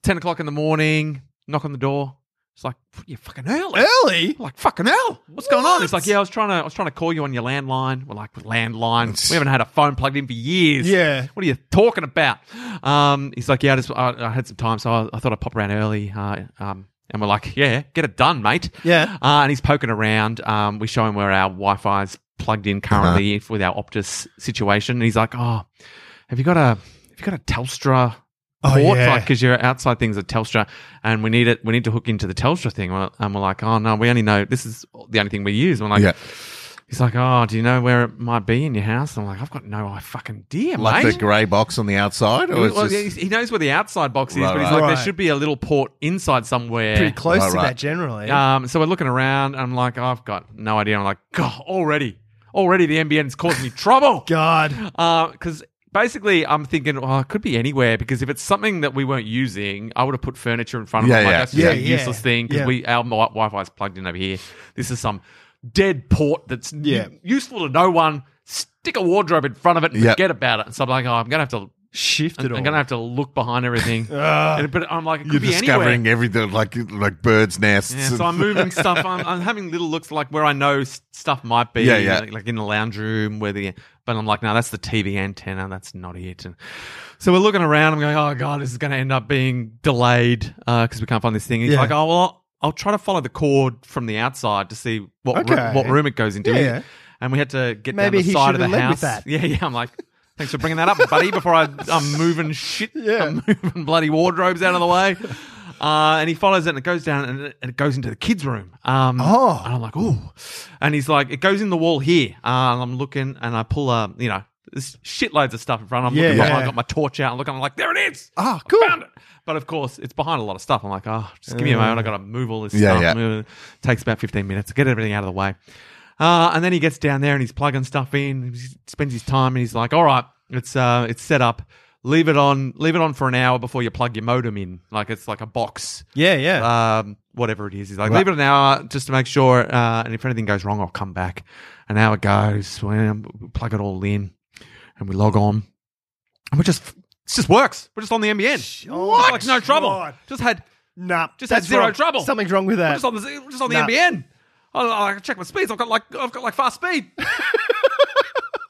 ten o'clock in the morning, knock on the door. It's like you fucking early.
Early.
I'm like fucking hell, what's going on? It's like, yeah, I was trying to, I was trying to call you on your landline. We're like, landline. We haven't had a phone plugged in for years.
Yeah.
what are you talking about? Um, he's like, yeah, I just, I, I had some time, so I, I thought I'd pop around early. Uh, um, and we're like, yeah, get it done, mate.
Yeah.
Uh, and he's poking around. Um, we show him where our Wi-Fi's plugged in currently
Uh-huh.
with our Optus situation. And he's like, "Oh, have you got a have you got a Telstra
Oh,
port?
yeah.
Like, because your outside things are Telstra, and we need it. We need to hook into the Telstra thing." Well, And we're like, "Oh no, we only know this is the only thing we use." And we're like,
Yeah.
He's like, "Oh, do you know where it might be in your house?" And I'm like, "I've got no I fucking idea,
Like
mate."
the grey box on the outside, or it's
Well,
just,
he he knows where the outside box is,
Right,
but he's
right.
like,
Right.
there should be a little port inside somewhere.
Pretty close
Right,
to
right.
that generally.
Um, so we're looking around. And I'm like, I've got no idea. I'm like, God, already, already the NBN's causing me trouble.
God.
Because basically, I'm thinking, oh, it could be anywhere. Because if it's something that we weren't using, I would have put furniture in front of
Yeah,
it. Like,
yeah.
that's just
Yeah,
a
yeah.
useless thing because
Yeah.
we our mi- Wi-Fi is plugged in over here. This is some dead port that's u-
Yeah.
useful to no one. Stick a wardrobe in front of it and
Yeah.
forget about it. So I'm like, oh, I'm gonna have to.
Shifted
I'm
all.
gonna have to look behind everything.
Ugh.
And- but I'm like, it could
you're
be anywhere.
discovering everything like like birds' nests.
Yeah,
and-
so I'm moving stuff. I'm, I'm having little looks like where I know s- stuff might be.
Yeah, yeah.
Like, like in the lounge room where the. But I'm like, no, that's the TV antenna. That's not it. And so we're looking around. I'm going, oh god, this is going to end up being delayed because we can't find this thing. He's
Yeah.
like, oh well, I'll try to follow the cord from the outside to see what ro-
Okay.
what room it goes into.
Yeah, yeah.
And we had to get
Maybe
down the
he
side
should
of the
have led
house.
with that.
Yeah, yeah. I'm like. Thanks for bringing that up, buddy. Before I, I'm moving shit,
Yeah.
I'm moving bloody wardrobes out of the way. Uh, and he follows it and it goes down and it, and it goes into the kids' room. Um,
Oh.
And I'm like, ooh. And he's like, it goes in the wall here. Uh, and I'm looking and I pull, um, you know, there's shitloads of stuff in front. I'm
Yeah,
looking
yeah.
behind. I've got my torch out and looking. I'm like, there it is.
Ah,
I
cool.
Found it. But of course, it's behind a lot of stuff. I'm like, oh, just give me a moment. I've got to move all this
Yeah,
stuff.
yeah.
Move it. takes about 15 minutes to get everything out of the way. Uh, and then he gets down there and he's plugging stuff in. He spends his time and he's like, "All right, it's uh, it's set up. Leave it on. Leave it on for an hour before you plug your modem in. Like it's like a box,
yeah, yeah.
um, whatever it is. He's like, leave it an hour just to make sure. Uh, and if anything goes wrong, I'll come back. An hour goes. Well, we plug it all in, and we log on. And we just it just works. We're just on the MBN.
What?
Like no trouble.
God.
Just had
nah.
just had
that's
zero
wrong.
trouble.
Something's wrong with
we're
that.
just on the we're just on the
Nah.
NBN. I, I check my speeds. I've got like I've got like fast speed.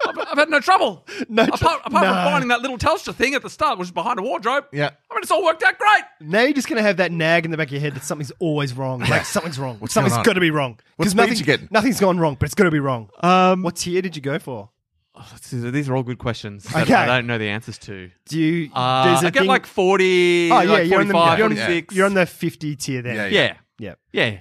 I've, I've had no trouble.
No
apart,
tr-
apart
no.
from finding that little Telstra thing at the start, which is behind a wardrobe.
Yeah.
I mean, it's all worked out great.
Now you're just going to have that nag in the back of your head that something's always wrong. Like, something's wrong. something's
going on?
got to be wrong.
What
Because
speeds you
nothing,
getting?
nothing's gone wrong, but it's got to be wrong. Um, what tier did you go for?
These are all good questions
that Okay. I don't
know the answers to.
Do you.
Uh,
there's a
I get
thing-
like 40,
Oh, yeah,
like
you're, on the, you're,
45,
on,
46.
you're on the 50 tier there.
Yeah, yeah.
yeah,
Yeah.
yeah.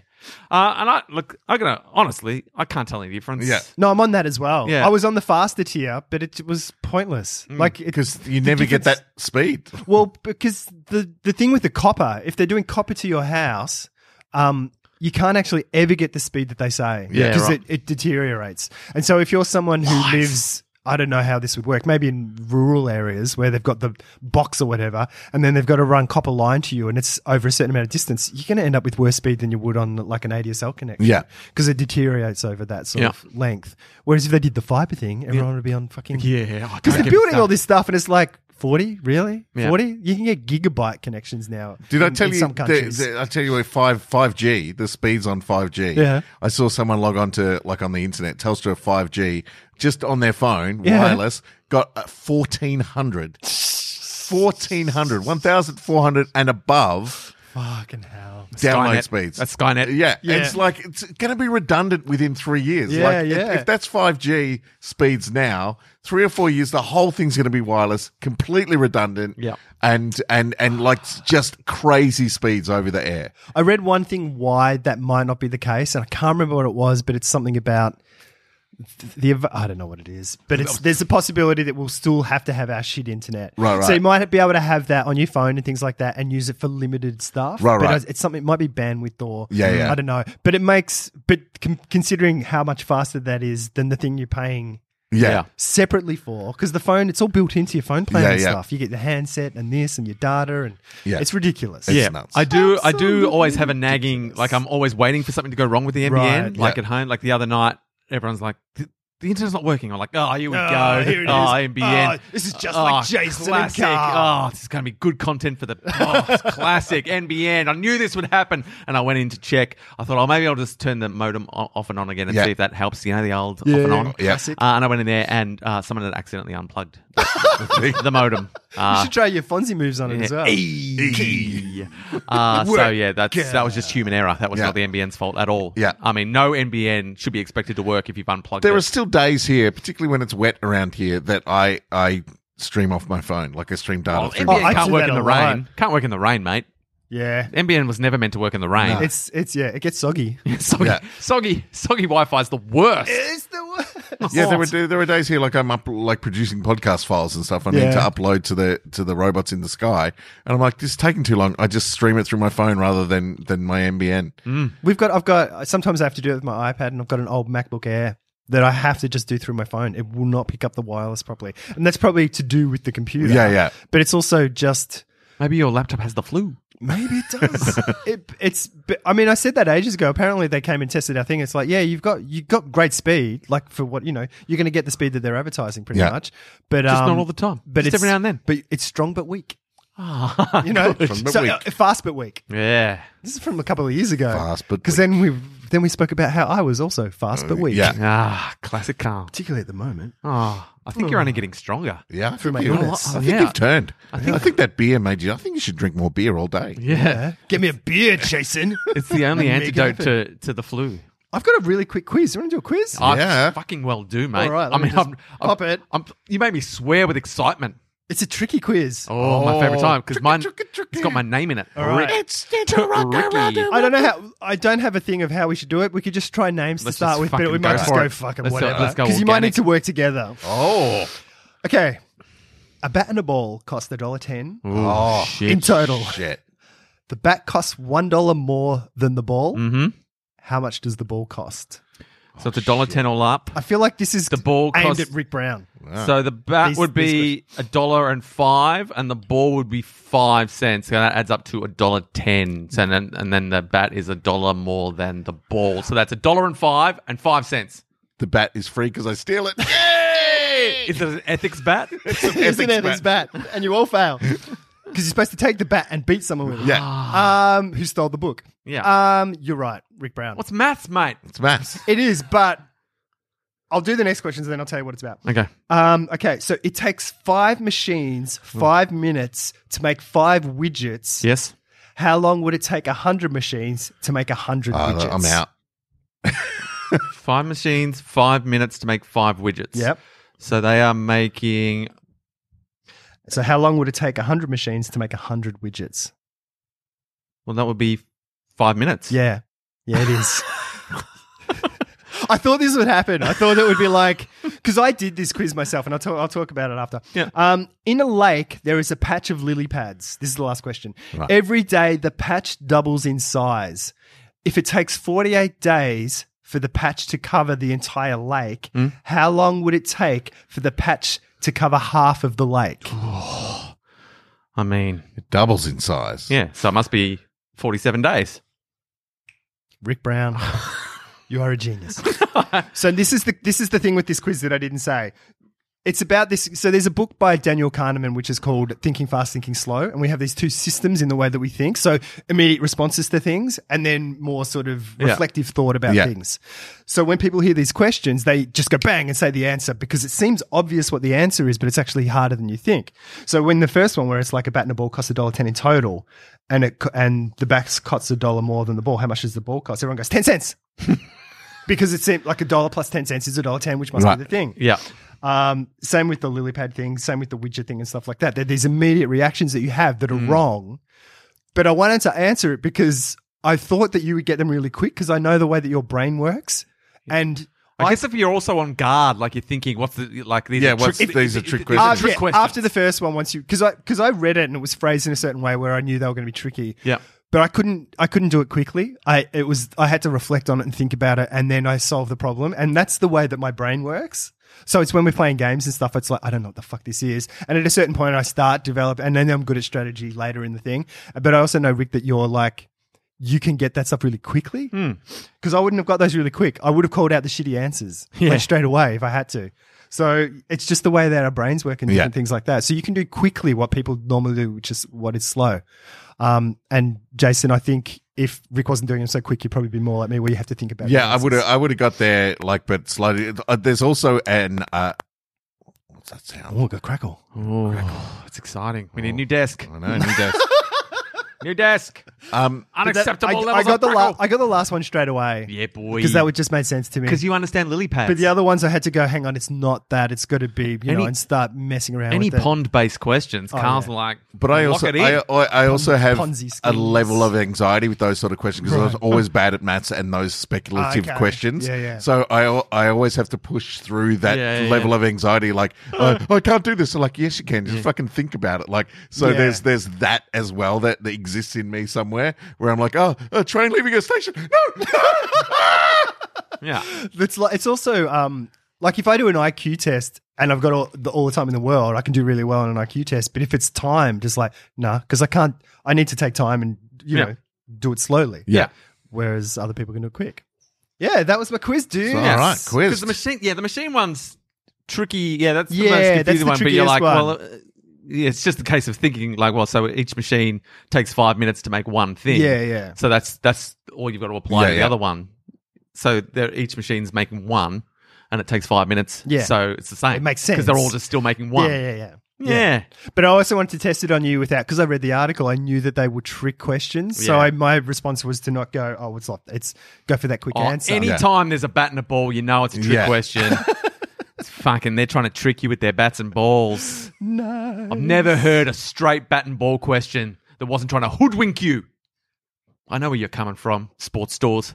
Uh, and I look, I'm gonna honestly, I can't tell any difference.
Yeah.
No, I'm on that as well.
Yeah.
I was on the faster tier, but it was pointless. Like, it-
because Mm. you never get
difference-
that speed.
Well, because the the thing with the copper, if they're doing copper to your house, um, you can't actually ever get the speed that they say.
Yeah,
because
right.
it, it deteriorates. And so, if you're someone who lives, I don't know how this would work. Maybe in rural areas where they've got the box or whatever, and then they've got to run copper line to you, and it's over a certain amount of distance, you're going to end up with worse speed than you would on like an ADSL connection.
Yeah.
because it deteriorates over that sort
Yeah.
of length. Whereas if they did the fiber thing, everyone would be on fucking
Oh,
Yeah, I
because
don't
they're
get
building
that.
all this stuff, and it's like forty, really,
Yeah.
forty. You can get gigabyte connections now.
Did I
in-
tell
in
you?
some countries?
The, the, I tell you, where five five G, the speeds on five G.
Yeah.
I saw someone log on to like on the internet, Telstra five G, just on their phone,
Yeah.
wireless, got fourteen hundred. 1400 1400 and above
Fucking hell!
download
Skynet.
speeds
That's Skynet.
yeah,
Yeah.
it's like it's going to be redundant within three years
Yeah,
like if-
yeah.
If, that's 5g speeds now three or four years the whole thing's going to be wireless completely redundant
Yeah.
and and and like just crazy speeds over the air
I read one thing why that might not be the case, and I can't remember what it was, but it's something about th- the av- I don't know what it is, but it's there's a possibility that we'll still have to have our shit internet.
Oh. Right,
So
right.
you might be able to have that on your phone and things like that, and use it for limited stuff.
Right,
but
right.
It's something. It might be bandwidth or
Yeah, yeah.
I don't know, but it makes. But con- considering how much faster that is than the thing you're paying
yeah,
Yeah.
separately for because the phone it's all built into your phone plan
Yeah,
and
yeah.
stuff. You get the handset and this and your data and
Yeah.
it's ridiculous.
It's
yeah,
nuts.
I do. I do always have a nagging. Like I'm always waiting for something to go wrong with the NBN.
Right,
like
yeah.
at home, like the other night, everyone's like, "The, the internet's not working." I'm like, "Oh, here we
Oh,
go.
here it is.
oh, NBN.
Oh, this is just like Jason and
classic.
Carl."
Oh, this is going to be good content for the oh, it's classic NBN. I knew this would happen, and I went in to check. I thought, oh, maybe I'll just turn the modem o- off and on again and
Yeah.
see if that helps. You know, the old off and on.
yeah.
Uh, and I went in there, and uh, someone had accidentally unplugged the, the modem.
you
Uh,
should try your Fonzie moves on it as well.
E.
uh, so yeah, that's that was just human error. That was
Yeah.
not the NBN's fault at all.
Yeah.
I mean, no NBN should be expected to work if you've unplugged
There
it.
are still days here, particularly when it's wet around here, that I I stream off my phone, like I stream data.
Well,
through
NBN
my-
I
can't
do
work
that
in
a
the
lot.
rain. Can't work in the rain, mate.
Yeah.
NBN was never meant to work in the rain.
It's it's yeah, it gets soggy.
soggy,
Yeah. Eh.
soggy, soggy Wi-Fi is the worst.
it's the worst.
yeah, there were there were days here like I'm up like producing podcast files and stuff. I need to
Yeah.
upload to the to the robots in the sky, and I'm like, this is taking too long. I just stream it through my phone rather than than my NBN.
We've got I've got sometimes I have to do it with my iPad and I've got an old MacBook Air that I have to just do through my phone. It will not pick up the wireless properly. And that's probably to do with the computer.
Yeah, yeah.
But it's also just
Maybe your laptop has the flu.
Maybe it does. it, it's. but- I mean, I said that ages ago. Apparently, they came and tested our thing. It's like, yeah, you've got you have got great speed, like for what you know, you're going to get the speed that they're advertising, pretty
Yeah.
much. But
Just
um,
not all the time.
But
Just
it's,
every now and then.
But it's strong but weak.
Ah,
You know,
Strong but
so,
weak.
uh, fast but weak.
yeah.
This is from a couple of years ago.
Fast but
because then we then we spoke about how I was also fast but weak.
yeah.
Ah, classic Carl.
particularly at the moment.
Ah, I think you're only getting stronger.
Yeah, I think,
my
you-
goodness.
I
Oh,
think
yeah.
you've turned. I think,
think-
that beer made you. I think you should drink more beer all day.
Yeah,
Get me a beer, Jason.
it's the only
Make it
antidote to, to the flu.
I've got a really quick quiz. You want to do a quiz?
I
Yeah.
Ah, fucking well do, mate.
All right, let
I
me
mean,
just
I'm, I'm,
pop it.
I'm, you made me swear with excitement.
it's a tricky quiz.
Oh, my favorite time because
tricky,
mine
tricky, tricky.
it's got my name in it.
All right.
It's Ricky.
I don't know how. I don't have a thing of how we should do it. We could just try names
Let's
to start
just
with, but we
fucking
might
go
just
for
go
it.
fucking
Let's do it.
whatever.
Let's go
you might
organic.
need to work together.
Oh,
Okay, a bat and a ball cost a dollar ten
Oh,
in
shit.
total.
shit.
The bat costs one dollar more than the ball.
hmm
How much does the ball cost?
So it's a dollar ten all up.
I feel like this is
The ball
aimed
costs-
at Rick Brown.
So the bat
These-
would be a dollar and five, and the ball would be five cents. So that adds up to a dollar ten. So then, and then the bat is a dollar more than the ball. So that's a dollar and five and five cents.
The bat is free because I steal it.
Is it an ethics bat?
Isn't it his bat? And you all fail because you're supposed to take the bat and beat someone with it.
yeah,
Um, who stole the book?
Yeah.
Um, you're right, Rick Brown.
What's maths, mate?
it's maths.
It is, but I'll do the next questions and then I'll tell you what it's about.
Okay.
Um, okay, so it takes five machines,
Hmm.
five minutes to make five widgets.
Yes.
How long would it take a hundred machines to make a hundred
Uh,
widgets?
I'm out.
Five machines, five minutes to make five widgets.
Yep.
So they are making
So how long would it take a hundred machines to make a hundred widgets?
well, that would be five minutes.
Yeah, yeah, it is. I thought this would happen. I thought it would be like because I did this quiz myself, and I'll talk. I'll talk about it after.
Yeah.
Um, in a lake, there is a patch of lily pads. This is the last question. Every day, the patch doubles in size. If it takes forty-eight days for the patch to cover the entire lake, how long would it take for the patch to cover half of the lake?
I mean,
It doubles in size.
yeah. So it must be forty-seven days.
Rick Brown, you are a genius. so this is the this is the thing with this quiz that I didn't say. It's about this. So there's a book by Daniel Kahneman which is called Thinking Fast, Thinking Slow, and we have these two systems in the way that we think. So immediate responses to things, and then more sort of
Yeah.
reflective thought about
Yeah.
things. So when people hear these questions, they just go bang and say the answer because it seems obvious what the answer is, but it's actually harder than you think. So when the first one where it's like a bat and a ball costs a dollar ten in total, and it co- and the back costs a dollar more than the ball, how much does the ball cost? Everyone goes ten cents. Because it seemed like a dollar plus ten cents is a dollar ten, which must
Right.
be the thing.
Yeah.
Um, same with the lily pad thing, same with the widget thing and stuff like that. There, there's immediate reactions that you have that are wrong. But I wanted to answer it because I thought that you would get them really quick because I know the way that your brain works. And
I, guess if you're also on guard, like you're thinking, what's the like these?
Yeah,
are
what's-
trick,
these are trick
these
questions.
Uh,
It's a
trick
yeah,
questions.
after the first one, once you because I because I read it and it was phrased in a certain way where I knew they were going to be tricky.
Yeah.
but I couldn't I couldn't do it quickly. I it was I had to reflect on it and think about it, and then I solved the problem. And that's the way that my brain works. So it's when we're playing games and stuff. It's like I don't know what the fuck this is. And at a certain point, I start develop, and then I'm good at strategy later in the thing. But I also know Rick that you're like. You can get that stuff really quickly
Hmm.
because I wouldn't have got those really quick. I would have called out the shitty answers like,
Yeah.
straight away if I had to. So it's just the way that our brains work and different
Yeah.
things like that. So you can do quickly what people normally do, which is what is slow. Um, and Jason, I think if Rick wasn't doing it so quick, you'd probably be more like me, where you have to think about.
Yeah, I
answers.
would have. I would have got there, like, but slightly. Uh, there's also an. Uh, what's What's that sound?
Oh, go crackle.
Oh, it's exciting. We need a new desk.
I know. New desk.
New desk.
um,
Unacceptable
I,
levels
I got
of
the la-
crackle.
I got the last one straight away.
yeah, boy.
Because that would just made sense to me.
because you understand lily pads.
but the other ones I had to go, hang on, it's not that. It's got to be, you
Any-
know, and start messing around
any
with it.
pond-based questions, Carl's
yeah.
like,
But I
lock
also
it in.
I, I, I also have
Ponzi
a
schemes.
level of anxiety with those sort of questions because I was always bad at maths and those speculative
Ah, Okay.
questions.
Yeah, yeah.
So I al- I always have to push through that
Yeah, yeah,
level of anxiety. Like oh, I can't do this. So like yes, you can. Just fucking think about it. Like so,
Yeah.
there's there's that as well that, that exists in me somewhere where I'm like, oh, a train leaving a station. No,
yeah,
It's like it's also um like if I do an IQ test and I've got all the, all the time in the world, I can do really well on an IQ test. But if it's time, just like nah, because I can't. I need to take time and you
Yeah.
know do it slowly.
Yeah.
Whereas other people can do it quick. Yeah, that was my quiz, dude.
So, all right,
because
quiz.
the machine, yeah, the machine one's tricky. Yeah, that's the
Yeah,
most
that's the
confusing one. But you're
trickiest
like,
one.
well, uh, yeah, it's just a case of thinking like, well, so each machine takes five minutes to make one thing.
Yeah, yeah.
So that's that's all you've got to apply
Yeah,
to the
yeah.
other one. So they're, each machine's making one, and it takes five minutes.
Yeah.
so it's the same.
It makes
because they're
sense.
all just still making one.
Yeah, yeah, yeah.
Yeah.
But I also wanted to test it on you without because I read the article. I knew that they were trick questions, so
Yeah.
I, my response was to not go. Oh, it's like it's go for that quick
Oh,
answer.
anytime there's a bat and a ball, you know it's a trick
Yeah.
question. it's fucking, they're trying to trick you with their bats and balls.
no,
I've never heard a straight bat and ball question that wasn't trying to hoodwink you. I know where you're coming from, sports stores.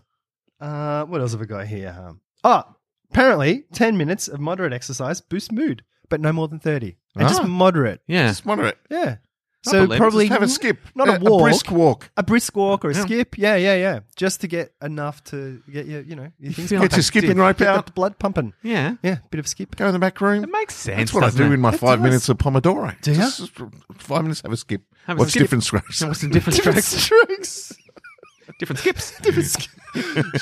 Uh, what else have I got here? Um, oh, apparently 10 minutes of moderate exercise boosts mood, but no more than 30. And just
Ah.
moderate.
Yeah.
just wonder it.
Yeah.
believe
So
it. Just
probably
Just have a skip,
Not a walk.
a brisk walk.
a brisk walk or a
Yeah.
skip. Yeah, yeah, yeah. Just to get enough to get your, you know, your things pumping.
feel like
Get your skipping rope
Get
out.
the blood pumping.
Yeah.
Yeah, bit of a skip.
Go in the back room.
It makes sense.
That's what I do in my
It
five
does.
minutes of Pomodoro.
Do ya?
Just five minutes, have a skip.
Have a
What's
skip.
different strokes?
What's the different
Different
strokes?
strokes.
Different skips.
Different skips.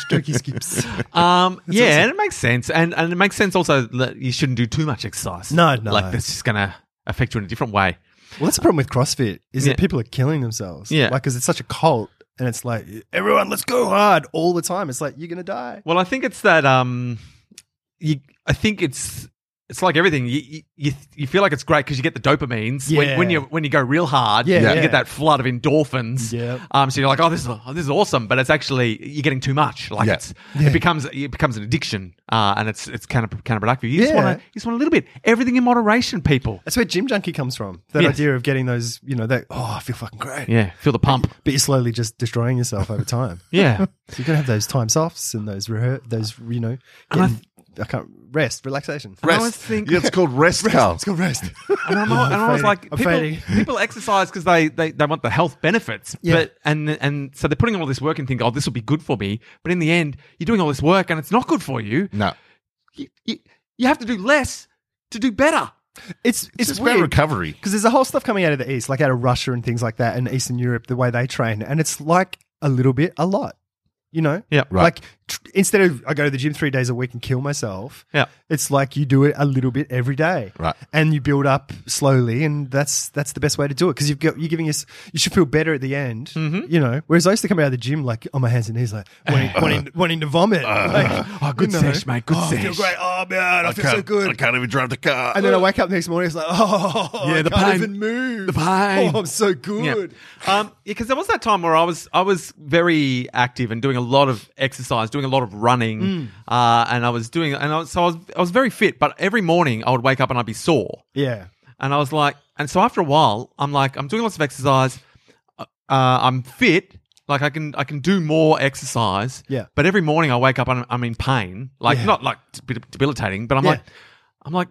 Strokey skips.
Um, yeah, and it makes sense, and and it makes sense also that you shouldn't do too much exercise.
No, no.
like that's just gonna affect you in a different way.
Well, that's the problem with CrossFit is
Yeah.
that people are killing themselves.
Yeah.
Like, because it's such a cult and it's like, everyone, let's go hard all the time. It's like, you're going to die.
Well, I think it's that um, you. I think it's it's like everything. You you- you, you feel like it's great because you get the dopamines when,
Yeah.
when you when you go real hard.
Yeah,
you
yeah.
get that flood of endorphins.
Yep.
Um, so you're like, oh, this is oh, this is awesome, but it's actually you're getting too much. Like
Yeah.
it's it becomes it becomes an addiction, uh, and it's it's kind of counterproductive. You just
Yeah.
want to you just want a little bit. Everything in moderation, people.
That's where Gym Junkie comes from. That
Yes.
idea of getting those, you know, that, oh, I feel fucking great.
Yeah, feel the pump.
But you're slowly just destroying yourself over time.
Yeah.
So you're going to have those times offs and those, rehe- those you know,
And I
getting, I, can't, rest, relaxation.
I always think-
yeah, it's called rest, Carl.
It's called rest.
And I'm, al- and I'm always
fading.
like,
I'm
people,
fading.
people exercise because they, they, they want the health benefits.
Yeah.
But and and so they're putting all this work and think, oh, this will be good for me. But in the end, you're doing all this work and it's not good for you.
No,
You, you, you have to do less to do better.
it's
it's,
it's,
just about
weird.
recovery.
Because there's a whole stuff coming out of the East, like out of Russia and things like that, and Eastern Europe, the way they train. And it's like a little bit, a lot, you know?
Yeah.
Right.
Like tr- instead of I go to the gym three days a week and kill myself,
Yeah.
it's like you do it a little bit every day,
Right.
And you build up slowly, and that's that's the best way to do it because you've got you're giving us you should feel better at the end,
Mm-hmm.
you know. Whereas I used to come out of the gym like on my hands and knees, like wanting wanting, wanting to vomit.
Uh.
like,
Oh, good
you know.
sesh, mate. Good
Oh, I feel
sesh.
great. Oh man, I, feel so
can't-
good.
I can't even drive the car.
And then I wake up the next morning. It's like, oh,
Yeah,
I
the
can't
pain.
even move.
The pain.
Oh, I'm so good.
Yeah. Um, because there was that time where I was I was very active and doing a lot of exercise, doing a lot of running, uh, and I was doing and I was, so I was I was very fit. But every morning I would wake up and I'd be sore.
Yeah,
And I was like, and so after a while, I'm like, I'm doing lots of exercise. Uh, I'm fit. Like I can, I can do more exercise.
Yeah.
But every morning I wake up, and I'm, I'm in pain. Like
Yeah.
not like deb- debilitating, but I'm
Yeah.
like, I'm like,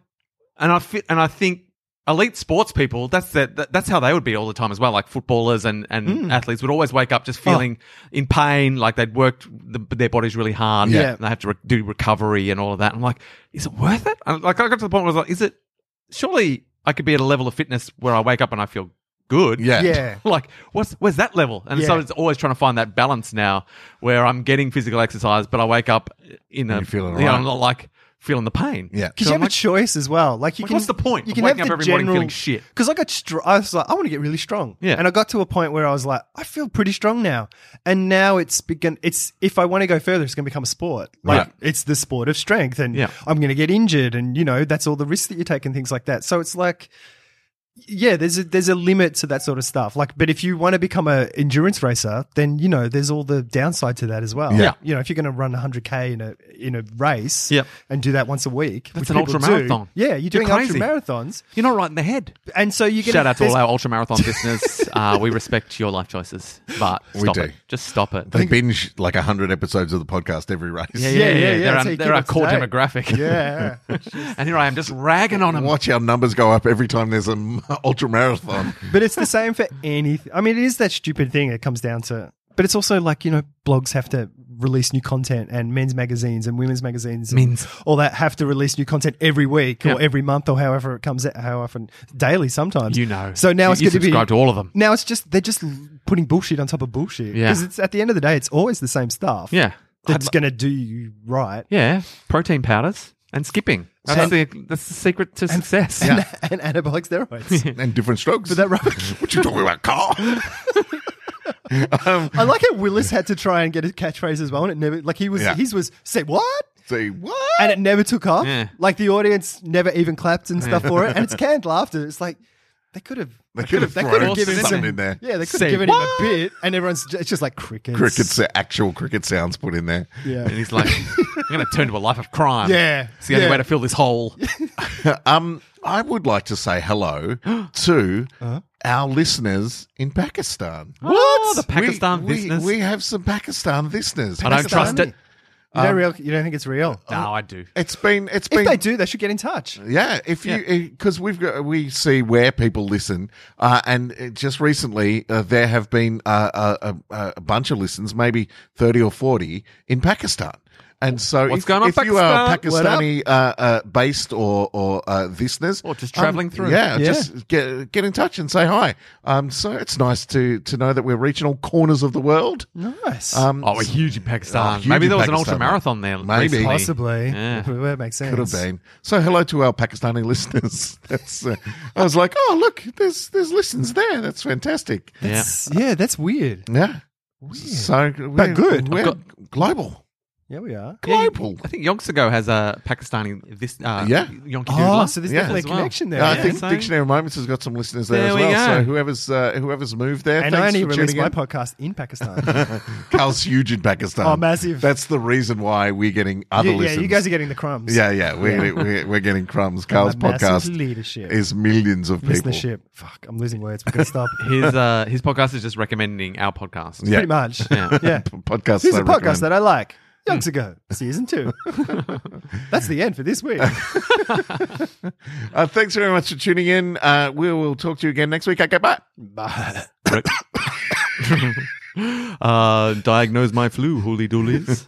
and I fit, and I think elite sports people. That's their, that, That's how they would be all the time as well. Like footballers and and
Hmm.
athletes would always wake up just
Oh.
feeling in pain, like they'd worked the, their bodies really hard.
Yeah.
And they have to re- do recovery and all of that. I'm like, is it worth it? And like I got to the point where I was like, is it? surely I could be at a level of fitness where I wake up and I feel good.
Yeah.
yeah.
Like, what's where's that level? And so
Yeah.
it's always trying to find that balance now, where I'm getting physical exercise, but I wake up in a
you're feeling
you know,
alright.
I'm not like feeling the pain.
Yeah.
Because
So
you
I'm
have
like,
a choice as well. Like you
Like,
can,
what's the point of waking up every morning feeling shit?
Because I got, str- I was like, I want to get really strong.
Yeah.
And I got to a point where I was like, I feel pretty strong now. And now it's begun. It's if I want to go further, it's going to become a sport. Like
Right.
it's the sport of strength, and
Yeah.
I'm going to get injured, and you know that's all the risks that you take and things like that. So it's like. Yeah, there's a, there's a limit to that sort of stuff. Like, but if you want to become a endurance racer, then you know there's all the downside to that as well.
Yeah.
you know if you're going to run 100k in a in a race,
Yep.
and do that once a week.
That's
which
an
people
ultramarathon.
do. Yeah, you're doing ultra
crazy.
marathons,
You're not right in the head.
and so you get
Shout out to all
there's-
our ultra marathon listeners. Uh, we respect your life choices, but
We
stop
do.
it. Just stop it.
They binge like 100 episodes of the podcast every race.
Yeah, yeah, yeah.
Yeah, yeah, yeah,
They're,
that's how
our,
you
they're
keep
our
up to
core
date.
demographic.
Yeah,
and here I am just ragging on them.
Watch our numbers go up every time there's an ultra marathon.
but it's the same for anything. I mean, it is that stupid thing. It comes down to, but it's also like you know, blogs have to release new content, and men's magazines and women's magazines, and
Men's.
all that have to release new content every week
Yeah.
or every month or however it comes out, how often daily sometimes.
You know.
So now
You-
it's
you
going to be
subscribe to all of them.
Now it's just they're just putting bullshit on top of bullshit.
Yeah.
because it's at the end of the day, it's always the same stuff.
Yeah.
that's going to do you right.
Yeah. Protein powders and skipping. That's,
And-
the, that's the secret to success.
and anabolic steroids.
and different strokes.
But that rubbish.
what you talking about, Carl? um,
I like how Willis had to try and get his catchphrase as well, and it never like he was
Yeah.
his was say what,
say what?
and it never took off.
Yeah.
Like the audience never even clapped and stuff for it, and it's canned laughter. It's like they could have,
They could have
they could
thrown
have given
something
him some,
in there.
yeah, they could
Say
have given
what?
him a bit, and everyone's ju- it's just like crickets,
Crickets, uh, actual cricket sounds put in there.
And
yeah,
he's like, I'm going to turn to a life of crime.
Yeah.
It's the only
Yeah.
way to fill this hole.
Um, I would like to say hello to
Uh-huh.
our listeners in Pakistan.
Oh,
What? the Pakistan
we,
business.
We, we have some Pakistan listeners.
I don't trust it.
You,
Um,
don't real, you don't think it's real?
No, I do.
It's been. It's
If
been.
they do, they should get in touch.
Yeah, if you because we've got we see where people listen, uh, and uh, just recently uh, there have been uh, a, a, a bunch of listens, maybe thirty or forty in Pakistan. And so,
What's
if,
going on,
if you are
Pakistan? What
Pakistani uh, uh, based or or uh, listeners,
Or just travelling through.
yeah,
Yeah.
just get get in touch and say hi. Um, so it's nice to to know that we're reaching all corners of the world.
Nice,
Um,
Oh, we're huge in
Oh,
Pakistan.
huge
Maybe
in
there was an ultra
Pakistan, mate.
marathon there.
Maybe.
recently.
possibly.
Yeah.
That makes sense.
Could have been. So hello to our Pakistani listeners. That's uh, I was like, oh look, there's there's listens there. That's fantastic.
Yeah.
That's- yeah, that's weird.
Yeah. So we're,
But good.
We're
I've
global.
Yeah, we are.
Yeah, you-
Global.
I think Yonks ago has a Pakistani this uh,
Yeah.
Yonki
Oh,
Doodler.
so there's
Yeah.
definitely
As
a
well.
connection there.
Yeah, Uh, I
Yeah.
think
So-
Dictionary of Moments has got some listeners there,
There
as
we
well.
go.
So whoever's uh, whoever's moved there,
and I
thanks
only
for
released
tuning
my
in.
podcast in Pakistan.
Carl's huge in Pakistan.
Oh, massive.
Um, That's the reason why we're getting other
You- yeah,
listens.
you guys are getting the crumbs.
yeah, yeah, we're, we're, we're getting crumbs. Carl's
massive
podcast
leadership.
is millions of people.
listenership. Fuck, I'm losing words. We're gonna stop.
His uh, his podcast is just recommending our podcast.
Yeah.
Pretty much.
Yeah.
Yeah.
P- Podcasts
Here's
I
a
recommend.
podcast
Hmm.
that I like. Yonks ago, season two. That's the end for this week.
Uh, thanks very much for tuning in. Uh, we will talk to you again next week. Okay, bye.
Bye.
Uh, diagnose my flu, hooly doolies.